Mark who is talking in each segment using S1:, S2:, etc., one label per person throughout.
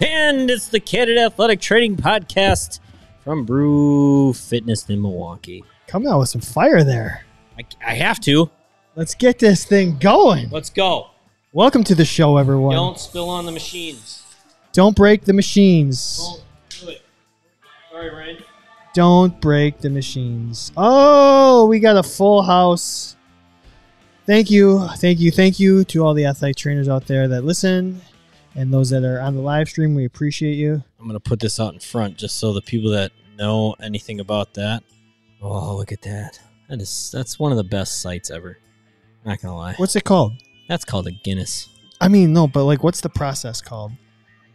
S1: And it's the Candid Athletic Training Podcast from Brew Fitness in Milwaukee.
S2: Come out with some fire there.
S1: I, I have to.
S2: Let's get this thing going.
S1: Let's go.
S2: Welcome to the show, everyone. Don't,
S1: Don't spill on the machines.
S2: break the machines.
S1: Don't do it. Sorry, Ryan.
S2: Don't break the machines. Oh, we got a full house. Thank you, thank you, thank you to all the athletic trainers out there that listen and those that are on the live stream. We appreciate you.
S1: I'm going to put this out in front just so the people that know anything about that. Oh, look at that. That is that's one of the best sites ever. Not going to lie.
S2: What's it called?
S1: That's called a Guinness.
S2: I mean, no, but like, what's the process called?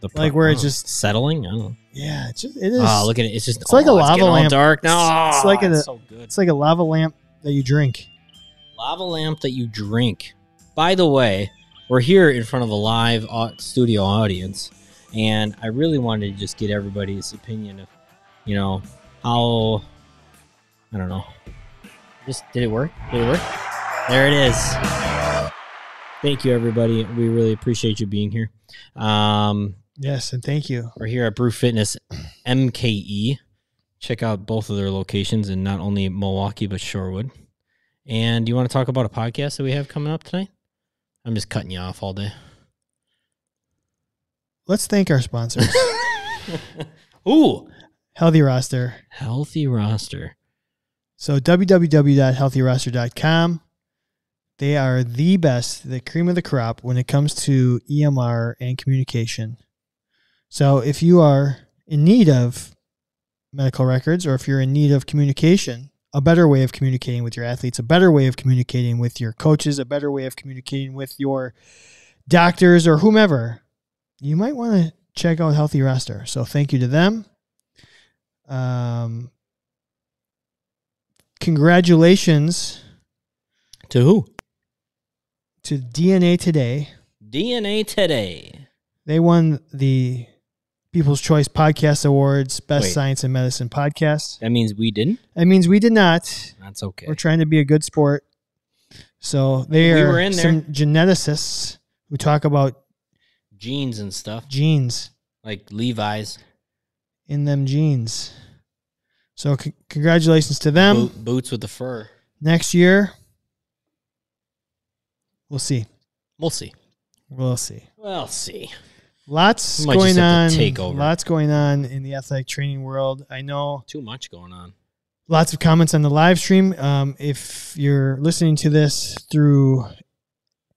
S1: The Oh.
S2: Like where it's just-
S1: settling? I don't know.
S2: Yeah, it's just, it is.
S1: Oh, look at it. It's just
S2: it's like a
S1: oh,
S2: lava
S1: getting all
S2: lamp.
S1: dark now.
S2: It's- it's like
S1: it's
S2: a-
S1: so good.
S2: it's like a lava lamp that you drink.
S1: lava lamp that you drink. By the way, we're here in front of a live au- studio audience, and I really wanted to just get everybody's opinion of, you know, how I don't know. Just did it work? Did it work? There it is. Thank you, everybody. We really appreciate you being here. Um,
S2: Yes, and thank you.
S1: we're here at Brew Fitness MKE. Check out both of their locations in not only Milwaukee but Shorewood. And you want to talk about a podcast that we have coming up tonight? I'm just cutting you off all day.
S2: Let's thank our sponsors.
S1: Ooh,
S2: Healthy Roster.
S1: healthy roster.
S2: So www.healthyroster.com. They are the best, the cream of the crop when it comes to EMR and communication. So if you are in need of medical records or if you're in need of communication, a better way of communicating with your athletes, a better way of communicating with your coaches, a better way of communicating with your doctors or whomever, you might want to check out Healthy Roster. So thank you to them. Um, congratulations
S1: To who?
S2: to DNA Today.
S1: DNA Today.
S2: They won the People's Choice Podcast Awards, Best
S1: Wait.
S2: Science and Medicine Podcast.
S1: That means we didn't.
S2: That means we did not.
S1: That's okay.
S2: We're trying to be a good sport. So they
S1: We
S2: are
S1: were in there.
S2: some geneticists who talk about
S1: Jeans and stuff
S2: genes
S1: like Levi's,
S2: in them genes. So c- congratulations to them.
S1: boot- boots with the fur.
S2: Next year, we'll see.
S1: We'll see.
S2: We'll see.
S1: We'll see.
S2: Lots
S1: We might just
S2: going on.
S1: have to take over.
S2: Lots going on in the athletic training world. I know
S1: Too much going on.
S2: lots of comments on the live stream. Um, if you're listening to this through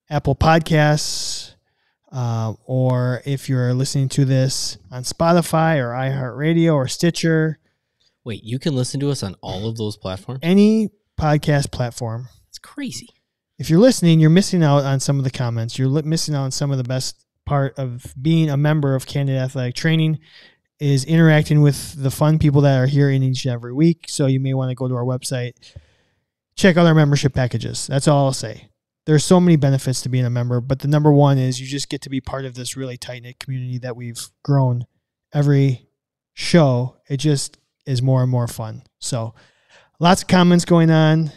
S2: Apple Podcasts, uh, or if you're listening to this on Spotify or iHeartRadio or Stitcher,
S1: Wait, you can listen to us on all of those platforms.
S2: any podcast platform,
S1: It's crazy.
S2: if you're listening, you're missing out on some of the comments. You're li- missing out on some of the best part of being a member of Candid Athletic Training is interacting with the fun people that are here in each and every week. So you may want to go to our website, check out our membership packages. That's all I'll say. There's so many benefits to being a member, but the number one is you just get to be part of this really tight knit community that we've grown every show. It just is more and more fun. So lots of comments going on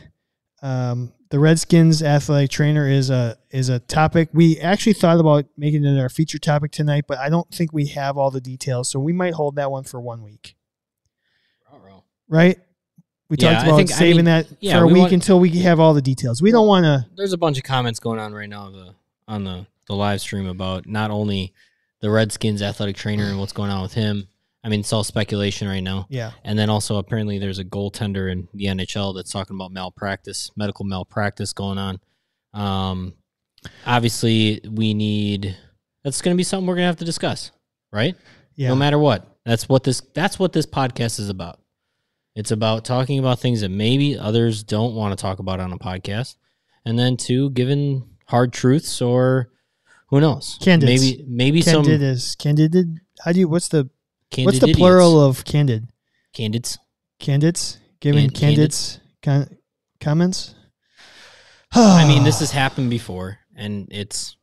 S2: um, the Redskins athletic trainer is a is a topic we actually thought about making it our feature topic tonight, but I don't think we have all the details, so we might hold that one for one week, right? We
S1: Yeah,
S2: talked
S1: I
S2: about
S1: think- I
S2: saving
S1: mean,
S2: that
S1: yeah,
S2: for a
S1: we
S2: week
S1: want-
S2: until we have all the details. We don't want to.
S1: There's a bunch of comments going on right now on the on the, the live stream about not only the Redskins athletic trainer and what's going on with him. I mean, it's all speculation right now.
S2: Yeah,
S1: And then also apparently there's a goaltender in the NHL that's talking about malpractice, medical malpractice going on. Um, obviously we need that's going to be something we're going to have to discuss, right?
S2: yeah.
S1: no matter what. That's what this that's what this podcast is about. It's about talking about things that maybe others don't want to talk about on a podcast. And then two, giving hard truths or who knows?
S2: Candids.
S1: Maybe maybe
S2: candid
S1: some
S2: is candid. How do you? What's the
S1: candid
S2: what's the
S1: idiots.
S2: plural of candid?
S1: candids.
S2: Candidates giving
S1: Can- candid-
S2: candidates con- comments.
S1: I
S2: Ah.
S1: mean, this has happened before and it's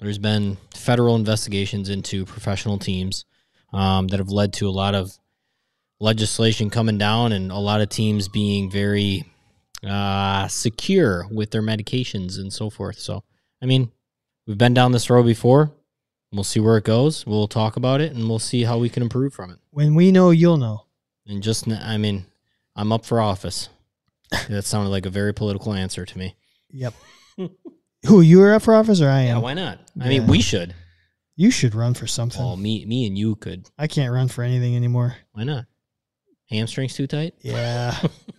S1: there's been federal investigations into professional teams um, that have led to a lot of legislation coming down and a lot of teams being very uh, secure with their medications and so forth. So, I mean, we've been down this road before. We'll see where it goes. We'll talk about it and we'll see how we can improve from it.
S2: When we know, you'll know.
S1: And just, n- I mean, I'm up for office. that sounded like a very political answer to me.
S2: Yep. Who you were up for office or I
S1: Yeah,
S2: am?
S1: why not? I mean,
S2: Yeah.
S1: we should.
S2: you should run for something.
S1: Well, me, me and you could.
S2: I can't run for anything anymore.
S1: Why not? Hamstrings too tight?
S2: Yeah,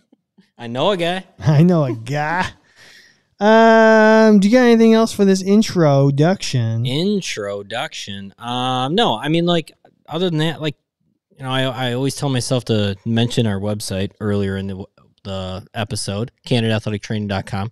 S1: I know a guy.
S2: I know a guy. Um, do you got anything else for this introduction?
S1: Introduction. Um, no, I mean, like, other than that, like, you know, I, I always tell myself to mention our website earlier in the the episode, CanadaAthleticTraining.com.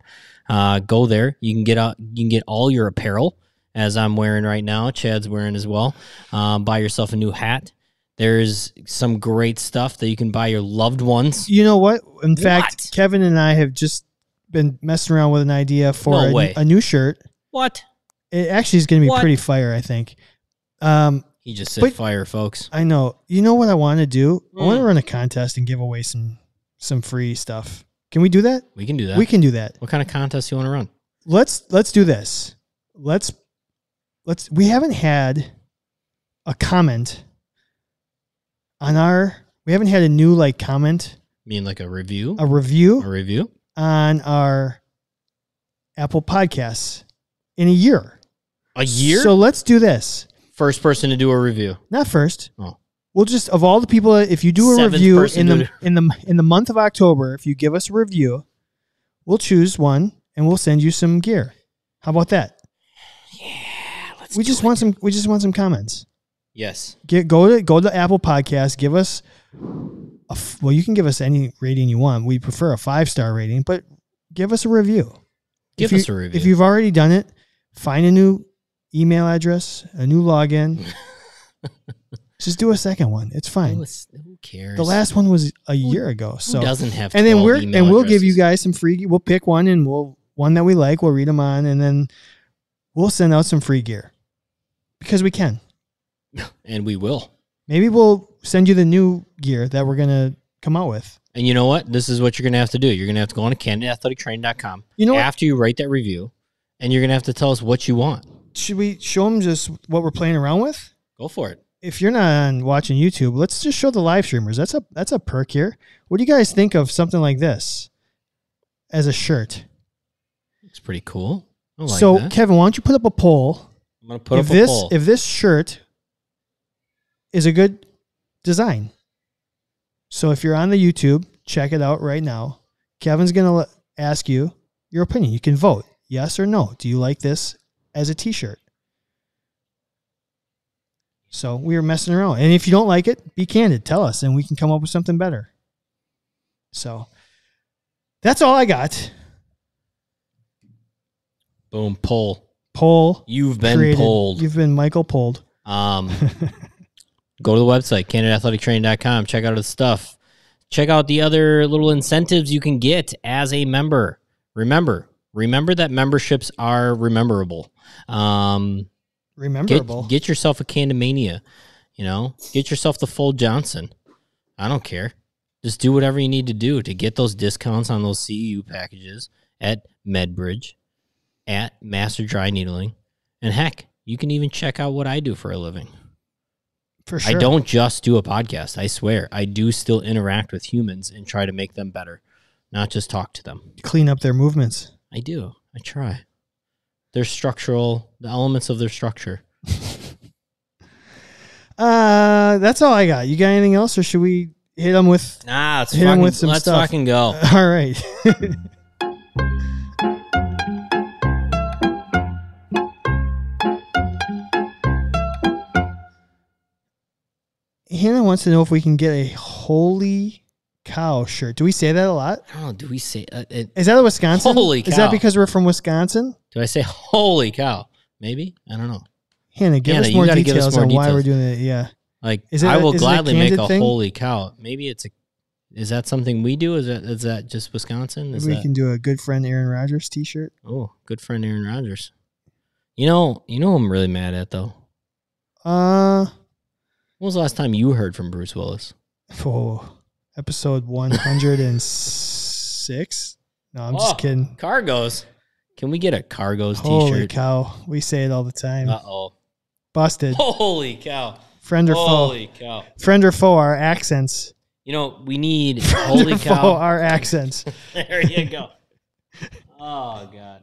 S1: Uh, go there. You can get out. You can get all your apparel, as I'm wearing right now. Chad's wearing as well. Um, buy yourself a new hat. There's some great stuff that you can buy your loved ones.
S2: you know what? In fact,
S1: What?
S2: Kevin and I have just been messing around with an idea for
S1: No
S2: a-
S1: way.
S2: a new shirt.
S1: What?
S2: It actually is going to be
S1: What?
S2: pretty fire, I think. Um,
S1: He just said
S2: But-
S1: fire, folks.
S2: I know. You know what I want to do? I want to
S1: Mm.
S2: run a contest and give away some some free stuff. Can we do that?
S1: We can do that.
S2: We can do that.
S1: what kind of contest you want to run?
S2: Let's let's do this. Let's let's we haven't had a comment on our we haven't had a new like comment,
S1: mean like a review?
S2: a review
S1: A review?
S2: on our Apple Podcasts in a year.
S1: A year?
S2: So let's do this.
S1: First person to do a review.
S2: Not first.
S1: Oh.
S2: We'll just of all the people, if you do a
S1: Seventh
S2: review
S1: person
S2: in
S1: to
S2: the in the in the month of October, if you give us a review, we'll choose one and we'll send you some gear. How about that?
S1: Yeah, let's
S2: we just want some. We just want some comments.
S1: Yes.
S2: Get go to go to Apple Podcasts. Give us a f- well. You can give us any rating you want. We prefer a five star rating, but give us a review.
S1: Give
S2: if
S1: us
S2: you-
S1: a review.
S2: If you've already done it, find a new email address, a new login. Just do a second one. It's
S1: who,
S2: fine.
S1: is- who cares?
S2: The last one was a year ago.
S1: who
S2: So
S1: doesn't have
S2: and then
S1: 12
S2: we're
S1: email
S2: and we'll give
S1: addresses?
S2: you guys some free. We'll pick one and we'll one that we like. We'll read them on, and then we'll send out some free gear because we can.
S1: and we will.
S2: Maybe we'll send you the new gear that we're gonna come out with.
S1: And you know what? This is what you're gonna have to do. You're gonna have to go on to CanadaAthleticTraining.com
S2: You know what?
S1: after you write that review, and you're gonna have to tell us what you want.
S2: Should we show them just what we're playing around with?
S1: Go for it.
S2: if you're not on watching YouTube, let's just show the live streamers. That's a that's a perk here. What do you guys think of something like this as a shirt?
S1: It's pretty cool. I like
S2: so
S1: that.
S2: Kevin, why don't you put up a poll?
S1: I'm gonna put
S2: if
S1: up
S2: this
S1: a poll.
S2: if this shirt is a good design. So if you're on the YouTube, check it out right now. Kevin's gonna le- ask you your opinion. You can vote yes or no. Do you like this as a T-shirt? So we were messing around, and if you don't like it, be candid. Tell us, and we can come up with something better. So that's all I got.
S1: Boom poll.
S2: Poll
S1: You've been
S2: created.
S1: polled.
S2: You've been Michael polled.
S1: Um, go to the website, CanadaAthleticTraining.com. Check out the stuff. Check out the other little incentives you can get as a member. Remember, remember that memberships are rememberable. Um, get,
S2: Rememberable.
S1: get yourself a Candamania, you know, get yourself the full Johnson. I don't care. Just do whatever you need to do to get those discounts on those CEU packages at Medbridge, at Master Dry Needling, and heck, you can even check out what I do for a living.
S2: for sure.
S1: I don't just do a podcast. I swear, I do still interact with humans and try to make them better, not just talk to them.
S2: clean up their movements.
S1: I do. I try. Their structural, the elements of their structure.
S2: Uh, that's all I got. You got anything else, or should we hit them with?
S1: Ah, let's
S2: Hit 'em
S1: fucking,
S2: with some
S1: let's
S2: stuff.
S1: fucking go.
S2: All right. Hannah wants to know if we can get a holy cow shirt. Do we say that a lot?
S1: I don't know. Do we say? Uh, it,
S2: Is that a Wisconsin?
S1: Holy
S2: Is
S1: cow.
S2: that because we're from Wisconsin?
S1: do I say holy cow? Maybe I don't know.
S2: Hannah, give
S1: Hannah,
S2: us
S1: you
S2: more
S1: gotta
S2: details
S1: give us more
S2: on why
S1: details.
S2: we're doing it. Yeah.
S1: Like
S2: Is it
S1: I
S2: a-
S1: will
S2: is it a
S1: gladly make
S2: candid
S1: a
S2: thing?
S1: holy cow. Maybe it's a. Is that something we do? Is that is that just Wisconsin? Is
S2: Maybe we
S1: that
S2: can do a good friend Aaron Rodgers t shirt.
S1: oh good friend Aaron Rodgers? You know, you know, who I'm really mad at though.
S2: Uh,
S1: When was the last time you heard from Bruce Willis?
S2: Oh, episode 106? no, I'm
S1: Oh,
S2: just kidding.
S1: Cargos. Can we get a Cargos
S2: Holy
S1: t-shirt?
S2: cow. We say it all the time.
S1: Uh oh.
S2: Busted.
S1: Holy cow.
S2: Friend or foe.
S1: Holy cow.
S2: Friend or foe are accents.
S1: You know, we need
S2: Friend
S1: holy
S2: or foe
S1: cow.
S2: are accents.
S1: There you go. Oh god.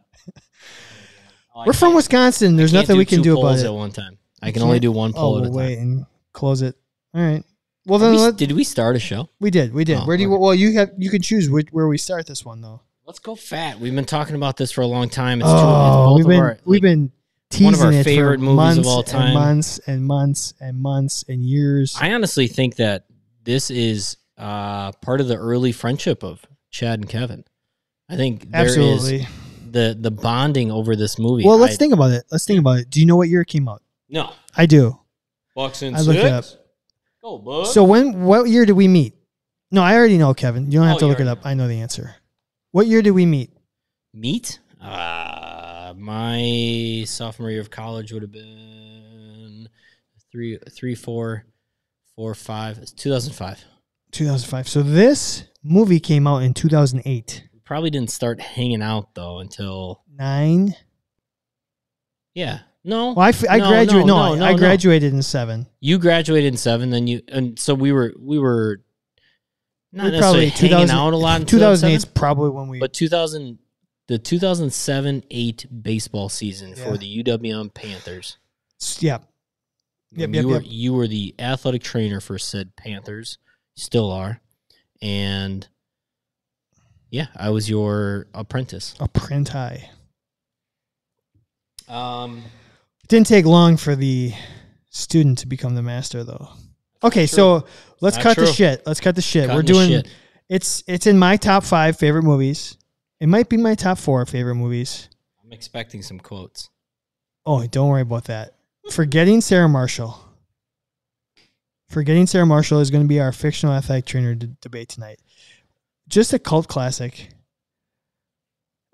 S1: Oh, I
S2: We're from
S1: can't-
S2: Wisconsin. There's
S1: can't
S2: nothing we can
S1: two
S2: do about
S1: polls
S2: it.
S1: at one time. I can only
S2: can't-
S1: do one poll
S2: oh,
S1: at a
S2: we'll
S1: time.
S2: wait and close it. All right. Well,
S1: Did
S2: then
S1: we-
S2: let,
S1: did we start a show?
S2: we did. We did.
S1: Oh,
S2: where do you?
S1: okay.
S2: Well, you have you can choose which, where we start this one though.
S1: Let's go fat. We've been talking about this for a long time. It's
S2: oh,
S1: true. It's both
S2: we've been
S1: of our,
S2: we've
S1: like,
S2: been teasing
S1: one of our
S2: it
S1: favorite
S2: for
S1: movies of
S2: months
S1: all time.
S2: and months and months and months and years.
S1: I honestly think that this is uh, part of the early friendship of Chad and Kevin. I think there is
S2: Absolutely.
S1: the the bonding over this movie.
S2: well, let's
S1: I-
S2: think about it. Let's think about it. Do you know what year it came out?
S1: No,
S2: I do.
S1: Bucks and
S2: I looked it
S1: six. Go, bud.
S2: So when what year did we meet? No, I already know, Kevin. You don't have
S1: Oh,
S2: to
S1: you
S2: look it
S1: already
S2: up. I know the answer. What year did we meet?
S1: meet. Uh, my sophomore year of college would have been three, three, four, four, five. It's 2005.
S2: 2005. So this movie came out in 2008.
S1: We probably didn't start hanging out though until
S2: Nine.
S1: yeah. No,
S2: Well, I, f- I
S1: No,
S2: graduated.
S1: no,
S2: No,
S1: no,
S2: I, I
S1: no, no.
S2: graduated in seven.
S1: you graduated in seven. Then you and so we were we were not
S2: We
S1: necessarily
S2: probably-
S1: hanging
S2: 2000
S1: out a lot. In
S2: 2008 is
S1: 2007,
S2: probably when we.
S1: but 2000 the 2007 eight baseball season
S2: Yeah.
S1: for the UWM Panthers.
S2: yeah. Yep,
S1: And
S2: yep,
S1: you were
S2: yep.
S1: you were the athletic trainer for said Panthers, You still are, and yeah, I was your apprentice.
S2: A print high.
S1: Um,
S2: It didn't take long for the student to become the master, though. Okay, so let's
S1: Not
S2: cut the
S1: true.
S2: shit. Let's cut the shit.
S1: Cutting
S2: We're
S1: the
S2: doing
S1: shit.
S2: it's it's in my top five favorite movies. It might be my top four favorite movies.
S1: I'm expecting some quotes.
S2: Oh, don't worry about that. Forgetting Sarah Marshall. Forgetting Sarah Marshall is going to be our fictional athletic trainer d- debate tonight. Just a cult classic.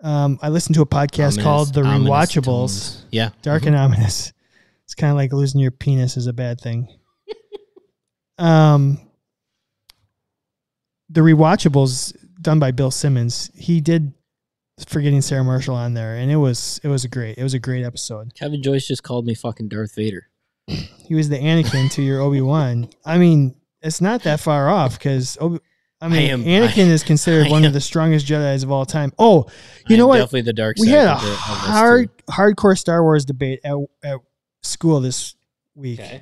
S2: Um, I listened to a podcast
S1: Ominous-
S2: called The
S1: ominous
S2: Rewatchables.
S1: tones. Yeah, Mm-hmm.
S2: Dark and ominous. It's kind of like losing your penis is a bad thing. um, the rewatchables done by Bill Simmons. He did forgetting Sarah Marshall on there, and it was it was great. It was a great episode.
S1: Kevin Joyce just called me fucking Darth Vader.
S2: He was the Anakin to your Obi Wan. I mean, it's not that far off because Obi. I mean,
S1: am-
S2: Anakin is considered
S1: I
S2: one
S1: am-
S2: of the strongest Jedi's of all time. Oh,
S1: I
S2: you know
S1: am
S2: what?
S1: Definitely the dark.
S2: we
S1: side
S2: had a
S1: of the- of us two.
S2: hard hardcore Star Wars debate at, at school this week.
S1: Okay.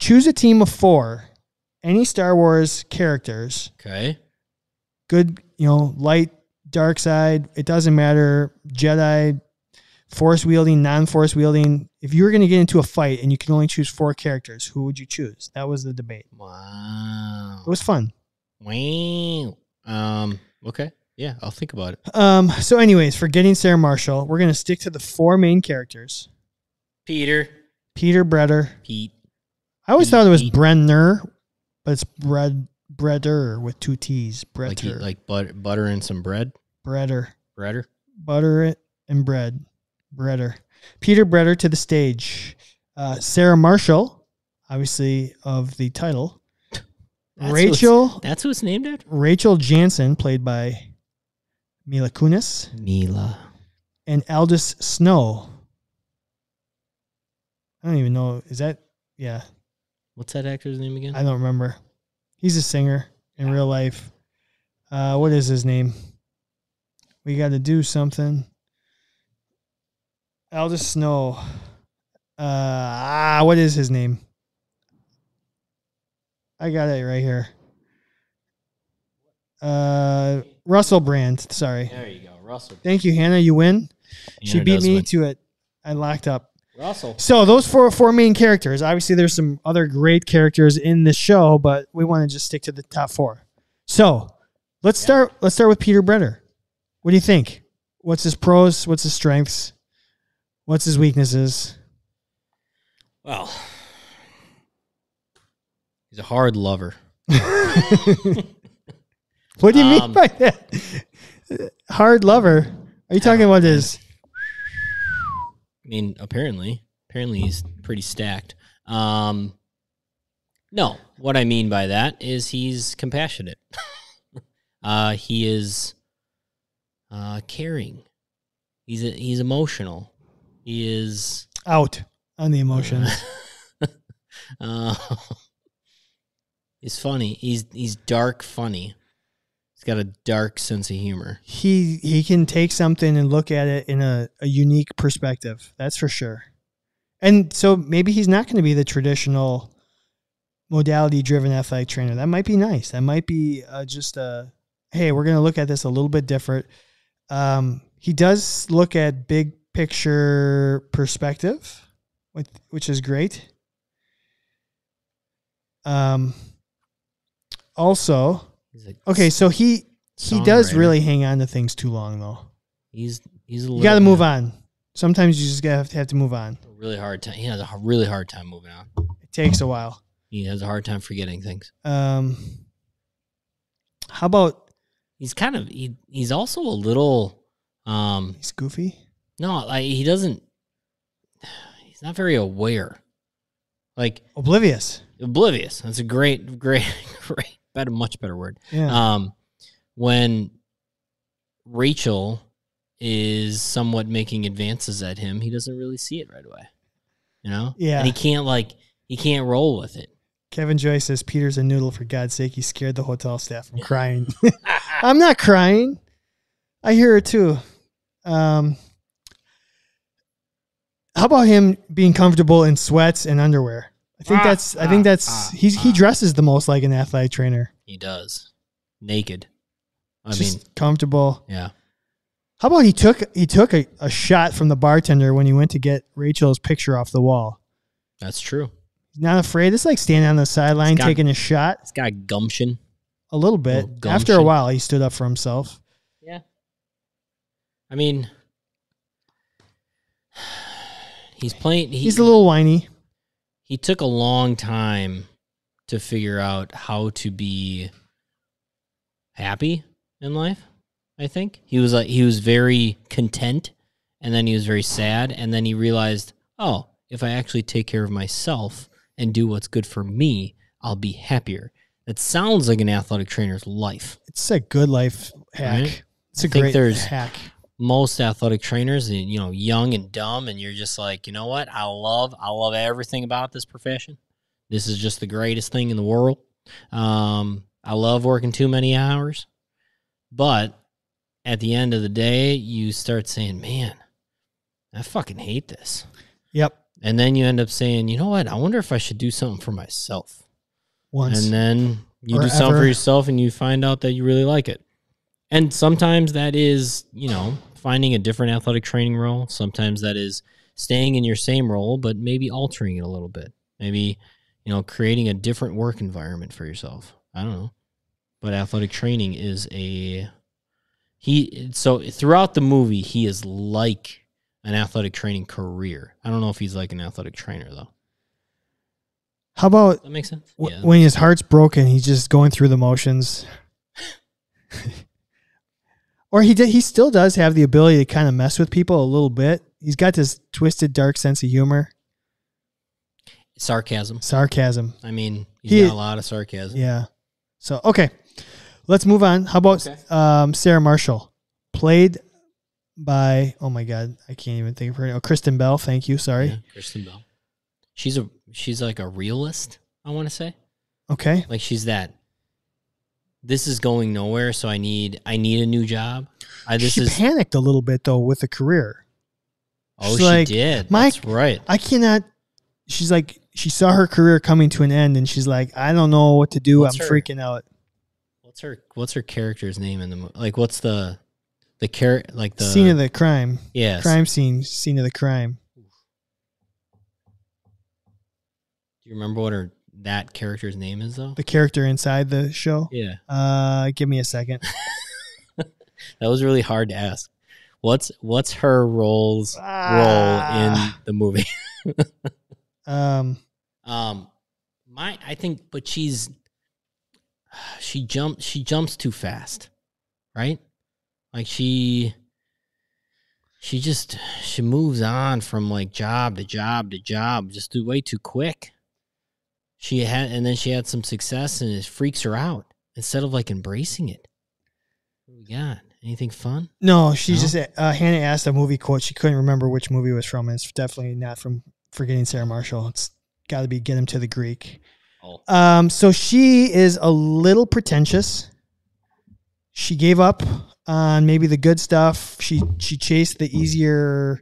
S2: Choose a team of four, any Star Wars characters,
S1: Okay.
S2: good, you know, light, dark side, it doesn't matter, Jedi, force wielding, non force wielding. If you were going to get into a fight and you can only choose four characters, who would you choose? That was the debate.
S1: Wow.
S2: It was fun.
S1: Wow. Um. Okay. Yeah, I'll think about it.
S2: Um, so, anyways, forgetting Sarah Marshall, we're going to stick to the four main characters
S1: Peter.
S2: Peter Bretter.
S1: Pete.
S2: I always thought it was
S1: Pete.
S2: Brenner, but it's Bred, Bretter with two T's. Bretter.
S1: Like, he, like butter, butter and some bread.
S2: Bretter.
S1: Breader.
S2: butter it and bread breader peter breader to the stage uh, sarah marshall obviously of the title
S1: That's
S2: rachel
S1: That's who it's named after.
S2: rachel jansen played by mila kunis
S1: Mila.
S2: and aldous snow i don't even know is that yeah
S1: What's that actor's name again?
S2: i don't remember he's a singer in real life uh, what is his name we got to do something aldous snow uh ah, what is his name i got it right here uh russell brand sorry
S1: there you go, Russell.
S2: thank you hannah you win she
S1: Hannah
S2: beat
S1: does
S2: me
S1: win.
S2: to it i locked up
S1: Russell.
S2: so those four four main characters. Obviously, there's some other great characters in the show, but we want to just stick to the top four. So let's
S1: Yeah.
S2: start. Let's start with Peter Brenner. What do you think? What's his pros? What's his strengths? What's his weaknesses?
S1: Well, he's a hard lover.
S2: What do you mean
S1: Um,
S2: by that? Hard lover. Are you talking about his?
S1: I mean, apparently, apparently he's pretty stacked. Um, no, what I mean by that is he's compassionate. uh, he is uh, caring. He's he's emotional. He is
S2: out. on the emotions.
S1: Uh, he's funny. He's he's dark funny. He's got a dark sense of humor.
S2: he he can take something and look at it in a, a unique perspective. That's for sure. And so maybe he's not going to be the traditional modality driven athletic trainer. That might be nice. That might be uh, just a hey, we're going to look at this a little bit different. Um, he does look at big picture perspective, which, which is great. Um, also,
S1: He's a
S2: okay, so he he does
S1: songwriter.
S2: really hang on to things too long, though.
S1: He's he's a
S2: You got to move on. Sometimes you just gotta have to, have to move on.
S1: A really hard time. He has a h- really hard time moving on.
S2: It takes a while.
S1: He has a hard time forgetting things.
S2: Um, how about
S1: He's kind of he, he's also a little um
S2: he's goofy?
S1: no like he doesn't he's not very aware like
S2: Oblivious.
S1: oblivious. That's a great great great better much better word.
S2: Yeah.
S1: um, when Rachel is somewhat making advances at him, he doesn't really see it right away. You know?
S2: Yeah.
S1: And he can't like he can't roll with it.
S2: Kevin Joyce says Peter's a noodle. For God's sake, he scared the hotel staff from crying. I'm not crying. I hear her too. Um, how about him being comfortable in sweats and underwear? I think
S1: Ah,
S2: that's. I
S1: ah,
S2: think that's.
S1: ah,
S2: he's he
S1: ah.
S2: dresses the most like an athletic trainer.
S1: He does. Naked. I
S2: just
S1: mean,
S2: comfortable.
S1: yeah.
S2: How about he took he took a, a shot from the bartender when he went to get Rachel's picture off the wall.
S1: That's true.
S2: He's not afraid. It's like standing on the sideline
S1: Scott-
S2: taking a shot
S1: It's got gumption.
S2: a little bit.
S1: Little
S2: After a
S1: gumption.
S2: while, he stood up for himself.
S1: I mean he's playing he,
S2: He's a little whiny.
S1: he took a long time to figure out how to be happy in life i think he was like he was very content and then he was very sad and then he realized oh if i actually take care of myself and do what's good for me i'll be happier that sounds like an athletic trainer's life
S2: It's a good life hack.
S1: Right.
S2: It's a
S1: I think
S2: great
S1: there's-
S2: hack.
S1: most athletic trainers and you know young and dumb and you're just like you know what i love i love everything about this profession this is just the greatest thing in the world um, i love working too many hours but at the end of the day you start saying man i fucking hate this
S2: Yep.
S1: and then you end up saying you know what i wonder if i should do something for myself
S2: Once.
S1: and then you
S2: Or
S1: do something
S2: ever.
S1: for yourself and you find out that you really like it. And sometimes that is, you know, finding a different athletic training role. Sometimes that is staying in your same role, but maybe altering it a little bit. Maybe, you know, creating a different work environment for yourself. I don't know. But athletic training is a he so throughout the movie he is like an athletic training career. I don't know if he's like an athletic trainer though.
S2: How about
S1: Does that make sense?
S2: w- when his heart's broken, he's just going through the motions. or he did, he still does have the ability to kind of mess with people a little bit. He's got this twisted, dark sense of humor,
S1: Sarcasm.
S2: sarcasm.
S1: I mean, he's
S2: He-
S1: got a lot of sarcasm.
S2: Yeah. So okay, let's move on. How about
S1: Okay.
S2: um, Sarah Marshall, played by oh my god, I can't even think of her name. Oh, Kristen Bell. Thank you. Sorry.
S1: Yeah, Kristen Bell. She's a she's like a realist. I want to say
S2: Okay.
S1: like she's that. This is going nowhere, so I need I need a new job. I this
S2: she
S1: is
S2: panicked a little bit though with the career.
S1: oh
S2: she's
S1: she
S2: like,
S1: did
S2: "Mike,
S1: that's right
S2: I cannot. She's like she saw her career coming to an end, and she's like, I don't know what to do.
S1: What's
S2: I'm
S1: her-
S2: freaking out.
S1: what's her what's her character's name in the mo- like what's the the character like the
S2: scene of the crime,
S1: yes
S2: crime scene, scene of the crime.
S1: do you remember what her that character's name is though
S2: The character inside the show.
S1: yeah
S2: Uh, give me a second.
S1: that was really hard to ask what's what's her role's role in
S2: Ah.
S1: the movie
S2: Um,
S1: Um, my I think, but she's she jumps she jumps too fast, right? Like she she just she moves on from like job to job to job, just do way too quick. She had and then she had some success and it freaks her out instead of like embracing it. What we got? Anything fun?
S2: no, she
S1: No?
S2: just uh, Hannah asked a movie quote. She couldn't remember which movie it was from, and it's definitely not from forgetting Sarah Marshall. It's got to be Get Him to the Greek.
S1: Oh.
S2: Um, so she is a little pretentious. She gave up on maybe the good stuff. She she chased the easier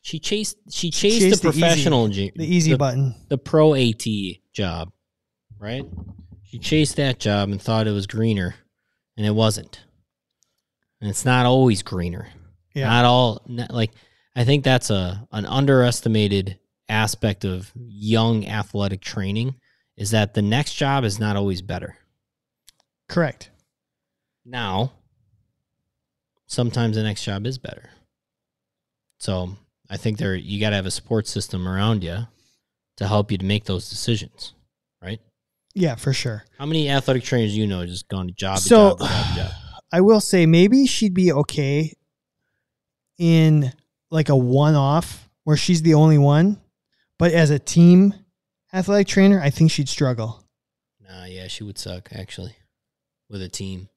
S1: She chased she chased,
S2: chased
S1: the
S2: the easy-
S1: professional the
S2: the easy
S1: the,
S2: button.
S1: the pro AT job, right? She chased that job and thought it was greener, and it wasn't. And it's not always greener.
S2: Yeah.
S1: Not all not, like I think that's a an underestimated aspect of young athletic training is that the next job is not always better.
S2: Correct.
S1: Now, sometimes the next job is better. So I think there you got to have a support system around you to help you to make those decisions, right?
S2: Yeah, for sure.
S1: How many athletic trainers do you know just gone to job to
S2: So-
S1: job to job to job?
S2: I will say maybe she'd be okay in like a one off where she's the only one, but as a team athletic trainer, I think she'd struggle.
S1: Nah, yeah, she would suck actually with a team.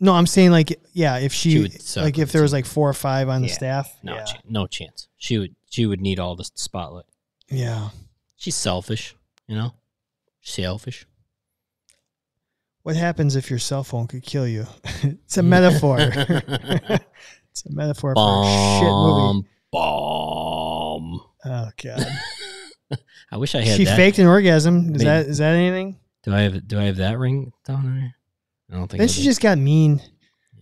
S2: No, I'm saying like yeah, if she,
S1: She would suck
S2: like
S1: with
S2: if
S1: the
S2: there was
S1: team.
S2: like four or five on the
S1: Yeah.
S2: staff.
S1: No,
S2: yeah.
S1: chan- no chance. She would she would need all the spotlight.
S2: Yeah.
S1: She's selfish, you know. Selfish.
S2: What happens if your cell phone could kill you? it's a metaphor. it's a metaphor for a shit movie.
S1: Bomb, bomb.
S2: Oh god.
S1: I wish I had
S2: She
S1: that.
S2: faked an orgasm. Is
S1: Maybe.
S2: that is that anything?
S1: Do I have do I have that ring down there? I don't think.
S2: Then
S1: I
S2: she
S1: do.
S2: just got mean.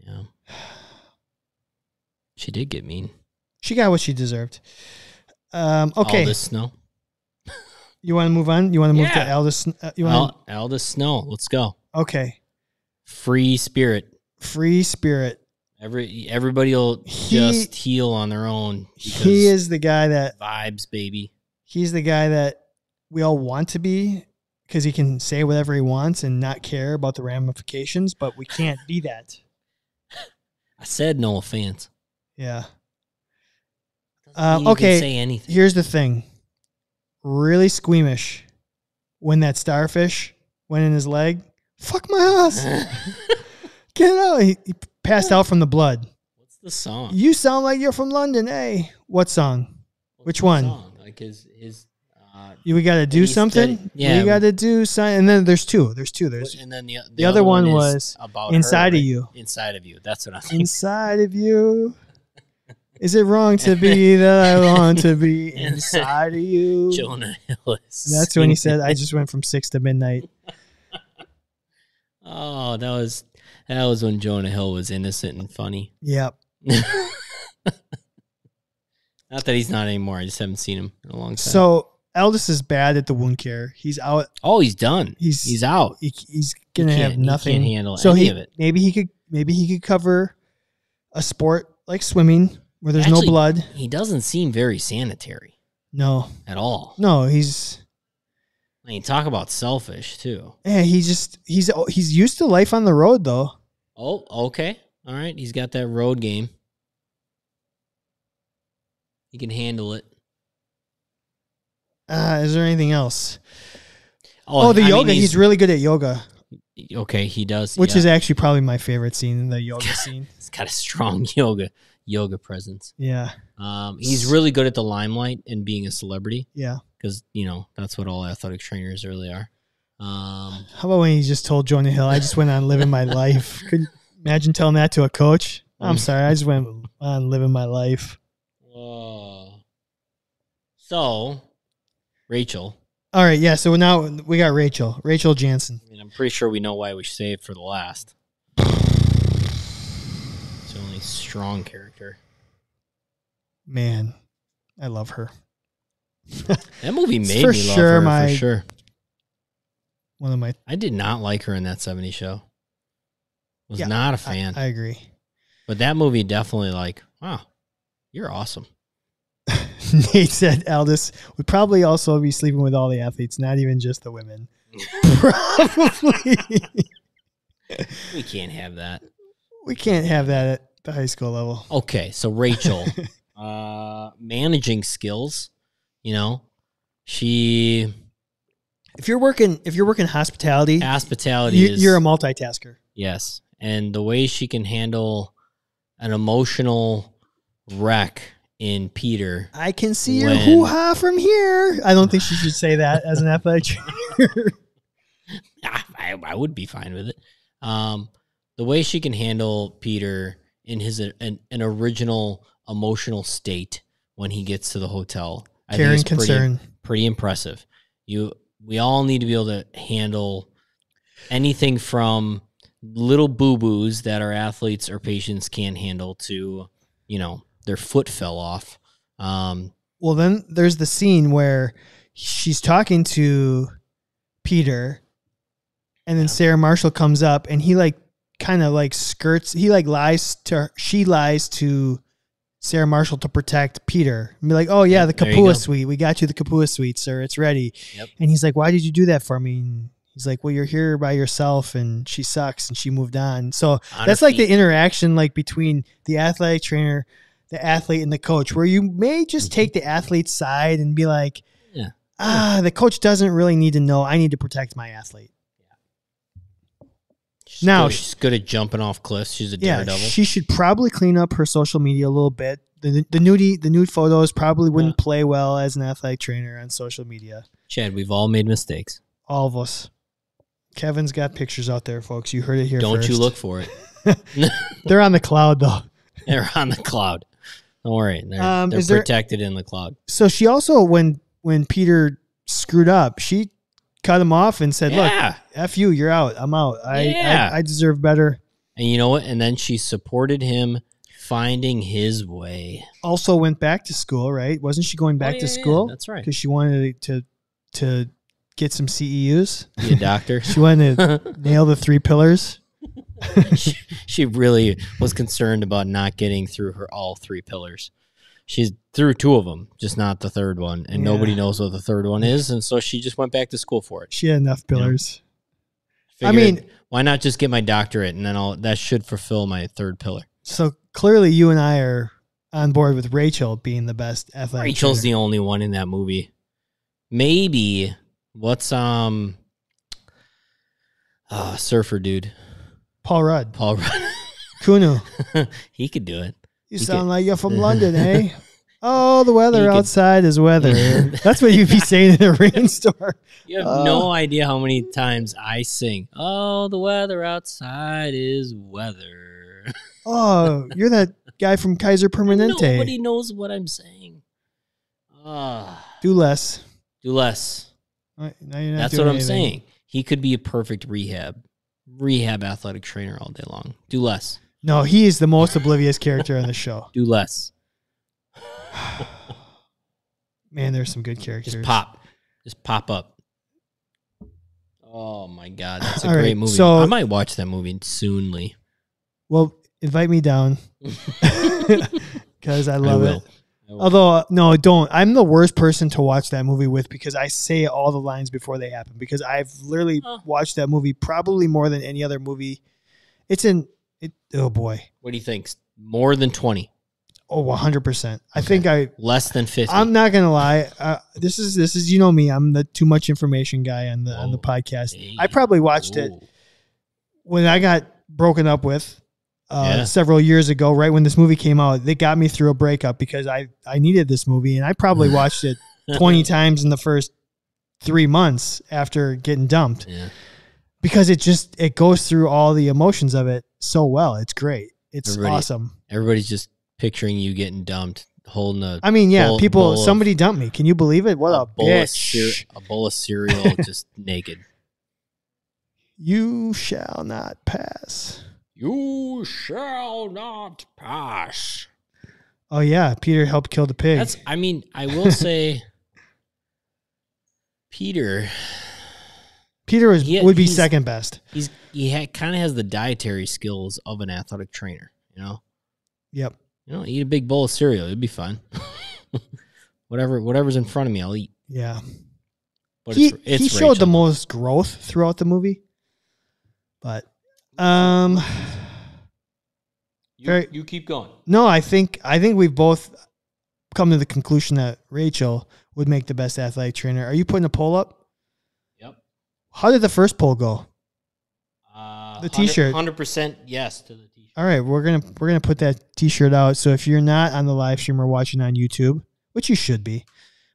S1: Yeah. She did get mean.
S2: She got what she deserved. Um, okay,
S1: All this snow.
S2: you want to move on? You want to move to
S1: Yeah.
S2: Aldous? Uh, you want?
S1: All, all this snow. Let's go.
S2: Okay,
S1: Free spirit.
S2: free spirit.
S1: Every everybody'll
S2: He-
S1: just heal on their own. because
S2: He is the guy that
S1: vibes, baby.
S2: he's the guy that we all want to be because he can say whatever he wants and not care about the ramifications, but we can't be that.
S1: I said no offense.
S2: Yeah.
S1: Doesn't
S2: Uh,
S1: mean you can
S2: okay.
S1: say anything.
S2: Here's the thing really squeamish when that starfish went in his leg. Fuck my ass. Get out. He, he passed out from the blood.
S1: What's the song?
S2: You sound like you're from London, eh? What song?
S1: What's
S2: which
S1: the
S2: one?
S1: song? Like his his. Uh,
S2: You- We got to do
S1: He's
S2: something.
S1: steady. Yeah.
S2: We got to do something. And then there's two. There's two. There's
S1: and then the, the,
S2: other one
S1: is
S2: was
S1: about
S2: Inside of
S1: Oh, her, right?
S2: You.
S1: Inside of you. That's what I'm thinking.
S2: inside of you. Is it wrong to be that I want to be inside of you?
S1: Jonah Hillis.
S2: And that's when he said, "I just went from six to midnight."
S1: Oh, that was that was when Jonah Hill was innocent and funny.
S2: Yep.
S1: not that he's not anymore. I just haven't seen him in a long time.
S2: So Eldest is bad at the wound care. He's out.
S1: oh, he's done.
S2: He's
S1: He's
S2: he's,
S1: out.
S2: he, he's gonna
S1: He can't-
S2: have
S1: he can't
S2: nothing.
S1: handle
S2: so
S1: any
S2: he,
S1: of it.
S2: Maybe he could. Maybe he could cover a sport like swimming where there's
S1: Actually-
S2: no blood.
S1: He doesn't seem very sanitary
S2: No,
S1: at all.
S2: no. He's
S1: I mean, talk about selfish too.
S2: yeah. eh, He just he's oh, he's used to life on the road though.
S1: Oh, okay. All right. He's got that road game. He can handle it.
S2: Uh, is there anything else? Oh, the
S1: I mean,
S2: yoga. he's, really good at yoga,
S1: okay. He does,
S2: which
S1: yeah.
S2: is actually probably my favorite scene. The yoga scene.
S1: he's got a strong yoga yoga presence.
S2: Yeah,
S1: Um, he's really good at the limelight and being a celebrity
S2: yeah.
S1: because you know that's what all athletic trainers really are. Um,
S2: How about when he just told Jonah Hill, "I just went on living my life." Could you imagine telling that to a coach?
S1: Mm.
S2: I'm sorry, I just went on living my life.
S1: whoa. So, Rachel,
S2: All right, yeah. So now we got Rachel, Rachel Jansen.
S1: I mean, I'm pretty sure we know why we saved for the last. It's the only strong character.
S2: Man, I love her.
S1: That movie
S2: It's
S1: made
S2: for
S1: me love
S2: sure
S1: her
S2: my-
S1: for sure.
S2: One of my,
S1: I did not like her in that 70s show. Was
S2: Yeah,
S1: not a
S2: I-
S1: fan.
S2: I, agree.
S1: but that movie definitely like, wow, you're awesome.
S2: Nate said, "Aldous would probably also be sleeping with all the athletes, not even just the women." probably.
S1: We can't have that.
S2: we can't have that at the high school level.
S1: Okay, so Rachel, uh, managing skills, you know, she
S2: If you're working, if you're working hospitality,
S1: hospitality
S2: you,
S1: is
S2: you're a multitasker.
S1: yes, and the way she can handle an emotional wreck in Peter.
S2: I can see your
S1: When-
S2: hoo ha from here. I don't think she should say that as an athletic trainer.
S1: I, I would be fine with it. Um, the way she can handle Peter in his an, an original emotional state when he gets to the hotel, I
S2: Karen
S1: think is pretty-
S2: concern.
S1: pretty impressive. You, we all need to be able to handle anything from little boo boos that our athletes or patients can't handle to, you know, their foot fell off. Um,
S2: Well, then there's the scene where she's talking to Peter, and then Sarah Marshall comes up, and he like kind of like skirts. He like lies to her, she lies to Sarah Marshall to protect Peter and be like, "Oh yeah, the
S1: There you go.
S2: Kapua suite. We got you the Kapua suite, sir. It's ready."
S1: Yep.
S2: And he's like, "Why did you do that for me?" And he's like, "Well, you're here by yourself, and she sucks, and she moved on." So
S1: on
S2: that's
S1: her
S2: like
S1: feet.
S2: the interaction like between the athletic trainer the athlete and the coach where you may just take the athlete's side and be like
S1: Mm-hmm. Yeah.
S2: ah the coach doesn't really need to know i need to protect my athlete
S1: She's
S2: now
S1: good-
S2: she-
S1: she's good at jumping off cliffs. She's a
S2: yeah
S1: daredevil.
S2: she should probably clean up her social media a little bit the, the nudie the nude photos probably wouldn't play well as an athletic trainer on social media
S1: Chad, we've all made mistakes.
S2: all of us kevin's got pictures out there folks you heard it here
S1: Don't you
S2: first.
S1: look for it.
S2: they're on the cloud though
S1: They're on the cloud. Don't worry. They're,
S2: Um,
S1: they're
S2: is there-
S1: protected in the cloud.
S2: so she also when when peter screwed up she cut him off and said look
S1: yeah.
S2: F you, you're out. I'm out. I,
S1: Yeah.
S2: I, I deserve better.
S1: And you know what? And then she supported him finding his way.
S2: Also went back to school, right? Wasn't she going back
S1: Oh,
S2: to
S1: yeah, yeah,
S2: school?
S1: That's right.
S2: Because she wanted to, to to get some CEUs.
S1: Be a doctor.
S2: She wanted to nail the three pillars.
S1: she, she really was concerned about not getting through her all three pillars. She's through two of them, just not the third one. And
S2: Yeah.
S1: nobody knows what the third one is. And so she just went back to school for it.
S2: She had enough pillars. I
S1: Figured,
S2: mean-
S1: why not just get my doctorate and then I'll, that should fulfill my third pillar.
S2: So clearly you and I are on board with Rachel being the best athletic.
S1: Rachel's
S2: trainer.
S1: the only one in that movie. Maybe what's um uh surfer dude.
S2: Paul Rudd.
S1: Paul Rudd.
S2: Kunu.
S1: he could do it.
S2: You
S1: He
S2: sound
S1: could-
S2: like you're from London, hey? Oh, the weather
S1: He could-
S2: outside is weather. That's what you'd be saying in a rainstorm.
S1: You have
S2: Uh.
S1: no idea how many times I sing, Oh, the weather outside is weather.
S2: Oh, you're that guy from Kaiser Permanente.
S1: Nobody knows what I'm saying. Ah,
S2: Do less.
S1: do less.
S2: All right, now you're not
S1: That's
S2: doing
S1: what I'm
S2: anything.
S1: saying. He could be a perfect rehab, rehab athletic trainer all day long. Do less.
S2: No, he is the most oblivious character on the show.
S1: Do less.
S2: Man, there's some good characters.
S1: Just pop. Just pop up. Oh my god, that's a
S2: All
S1: great
S2: right,
S1: movie.
S2: so-
S1: I might watch that movie soonly.
S2: Well, invite me down because I love
S1: will.
S2: it.
S1: I will.
S2: Although, uh, no, don't. I'm the worst person to watch that movie with because I say all the lines before they happen because I've literally
S1: Oh.
S2: watched that movie probably more than any other movie. It's in, it, oh boy.
S1: What do you think? More than 20,
S2: Oh, 100%. I think I,
S1: less than 50.
S2: I'm not gonna lie. Uh, this is this is you know me. I'm the too much information guy on the on the
S1: Whoa.
S2: podcast.
S1: Hey.
S2: I probably watched it
S1: Ooh.
S2: when I got broken up with uh,
S1: Yeah.
S2: several years ago. Right when this movie came out, they got me through a breakup because I I needed this movie, and I probably watched it 20 times in the first three months after getting dumped
S1: Yeah.
S2: because it just it goes through all the emotions of it so well. It's great. It's
S1: Everybody-
S2: awesome.
S1: Everybody's just picturing you getting dumped, holding a,
S2: I mean, yeah,
S1: Bowl-
S2: people.
S1: bowl of-
S2: somebody dumped me. Can you believe it? What a,
S1: a bowl of
S2: bitch.
S1: cere- a bowl of cereal just naked.
S2: You shall not pass.
S1: You shall not pass.
S2: Oh yeah, Peter helped kill the pig.
S1: That's I mean, I will say Peter
S2: Peter was
S1: Yeah,
S2: would be
S1: he's-
S2: second best.
S1: he's he ha- kind of has the dietary skills of an athletic trainer. You know,
S2: Yep.
S1: you know, eat a big bowl of cereal; it'd be fun. Whatever, whatever's in front of me, I'll eat.
S2: Yeah.
S1: But
S2: he
S1: it's, it's
S2: he showed
S1: Rachel.
S2: the most growth throughout the movie. But um
S1: You,
S2: very-
S1: you keep going.
S2: no, I think I think we've both come to the conclusion that Rachel would make the best athletic trainer. Are you putting a poll up?
S1: Yep.
S2: How did the first poll go?
S1: Uh,
S2: The t-shirt.
S1: Hundred Uh, percent yes to the t-shirt.
S2: All right, we're gonna we're gonna put that T-shirt out. So if you're not on the live stream or watching on YouTube, which you should be,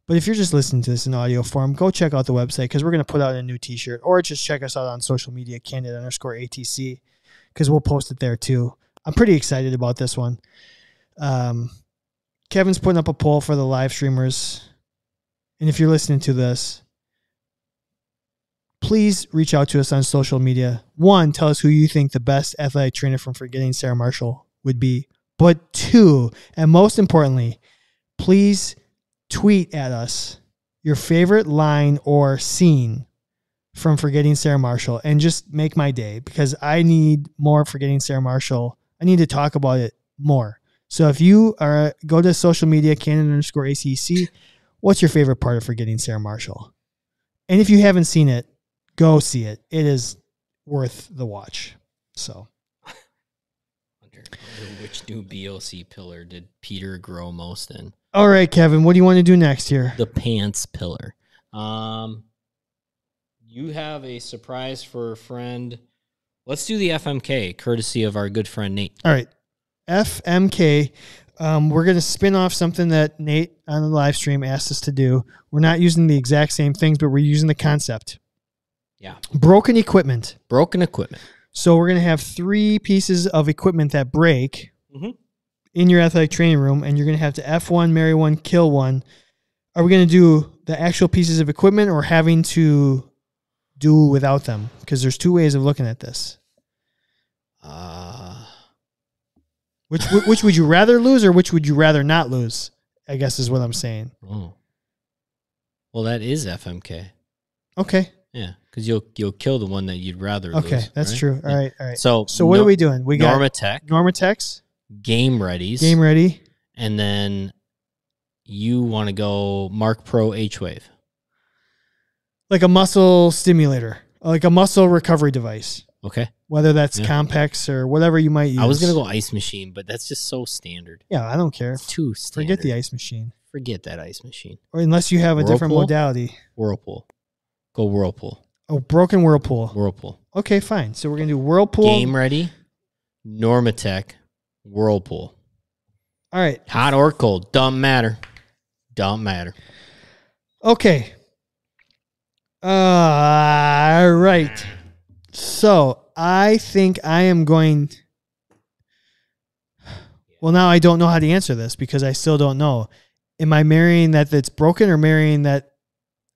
S2: but if you're just listening to this in audio form, go check out the website because we're gonna put out a new T-shirt, or just check us out on social media, candid underscore atc, because we'll post it there too. I'm pretty excited about this one. Um, Kevin's putting up a poll for the live streamers, and if you're listening to this, please reach out to us on social media. One, tell us who you think the best athletic trainer from Forgetting Sarah Marshall would be. But two, and most importantly, please tweet at us your favorite line or scene from Forgetting Sarah Marshall and just make my day because I need more Forgetting Sarah Marshall. I need to talk about it more. So if you are go to social media, canon underscore ACC, what's your favorite part of Forgetting Sarah Marshall? And if you haven't seen it, go see it. It is worth the watch. So
S1: Wonder, wonder which new BOC pillar did Peter grow most in?
S2: all right, Kevin, what do you want to do next here?
S1: The pants pillar. Um, you have a surprise for a friend. Let's do the FMK, courtesy of our good friend Nate.
S2: All right. FMK. Um, we're going to spin off something that Nate on the live stream asked us to do. We're not using the exact same things, but we're using the concept.
S1: Yeah.
S2: Broken equipment.
S1: Broken equipment.
S2: So we're going to have three pieces of equipment that break
S1: Mhm.
S2: in your athletic training room, and you're going to have to F1, marry one, kill one. Are we going to do the actual pieces of equipment or having to do without them? Because there's two ways of looking at this.
S1: Uh,
S2: Which wh- which would you rather lose or which would you rather not lose? I guess is what I'm saying.
S1: oh. Well, that is FMK.
S2: Okay.
S1: Yeah, because you'll you'll kill the one that you'd rather.
S2: Okay,
S1: lose,
S2: that's
S1: right?
S2: true. All
S1: Yeah.
S2: right, all right.
S1: So
S2: So what
S1: Nor-
S2: are we doing? We got
S1: Norma Tech,
S2: Normatex,
S1: Game Readies,
S2: Game Ready.
S1: and then you want to go Mark Pro H Wave.
S2: Like a muscle stimulator, like a muscle recovery device,
S1: Okay,
S2: whether that's
S1: Yeah.
S2: Compex or whatever you might use.
S1: I was gonna go Ice Machine, but that's just so standard.
S2: Yeah, I don't care.
S1: It's too standard.
S2: Forget the ice machine.
S1: Forget that Ice Machine.
S2: Or unless you have a different
S1: Whirlpool?
S2: modality.
S1: Whirlpool, go Whirlpool.
S2: Oh, broken whirlpool.
S1: Whirlpool.
S2: Okay, fine. So we're going to do whirlpool.
S1: Game Ready, Norma Tech, Whirlpool.
S2: All right.
S1: Hot or cold, don't matter. Don't matter.
S2: Okay. Uh, all right. So I think I am going. Well, now I don't know how to answer this because I still don't know. Am I marrying that that's broken or marrying that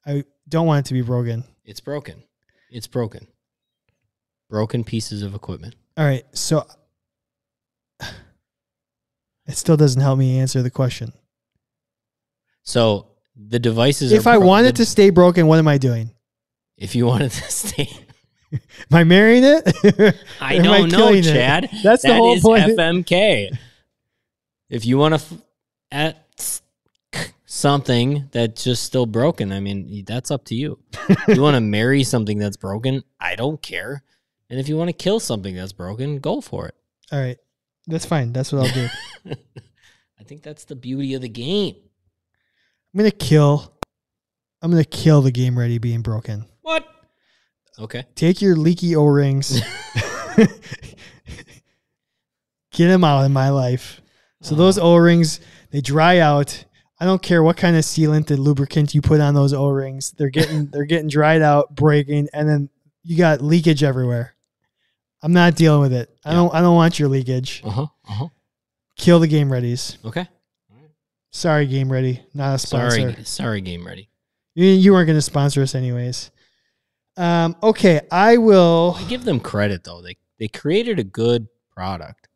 S2: I don't want it to be broken?
S1: It's broken. It's broken. Broken pieces of equipment.
S2: All right. So it still doesn't help me answer the question.
S1: So the devices.
S2: If
S1: are
S2: I
S1: bro-
S2: wanted
S1: the-
S2: to stay broken, what am I doing?
S1: if you wanted to stay,
S2: Am I marrying it?
S1: I
S2: Am I
S1: don't know,
S2: killing it?
S1: Chad.
S2: That's the
S1: That
S2: whole
S1: is
S2: point.
S1: FMK. if you want to f- at something that's just still broken, I mean, that's up to you. you want to marry something that's broken? I don't care. And if you want to kill something that's broken, go for it.
S2: All right. That's fine. That's what I'll do.
S1: I think that's the beauty of the game.
S2: I'm gonna kill. I'm gonna kill the game ready being broken.
S1: What? Okay.
S2: Take your leaky O-rings. Get them out of my life. So those
S1: Oh.
S2: O-rings, they dry out. I don't care what kind of sealant and lubricant you put on those O-rings. They're getting they're getting dried out, breaking, and then you got leakage everywhere. I'm not dealing with it. I
S1: Yeah.
S2: don't I don't want your leakage.
S1: Uh huh. Uh huh.
S2: Kill the game readies.
S1: Okay.
S2: Sorry, game ready. Not a sponsor.
S1: Sorry. Sorry, game ready.
S2: You, you weren't going to sponsor us anyways. Um, okay, I will.
S1: I give them credit though. They they created a good product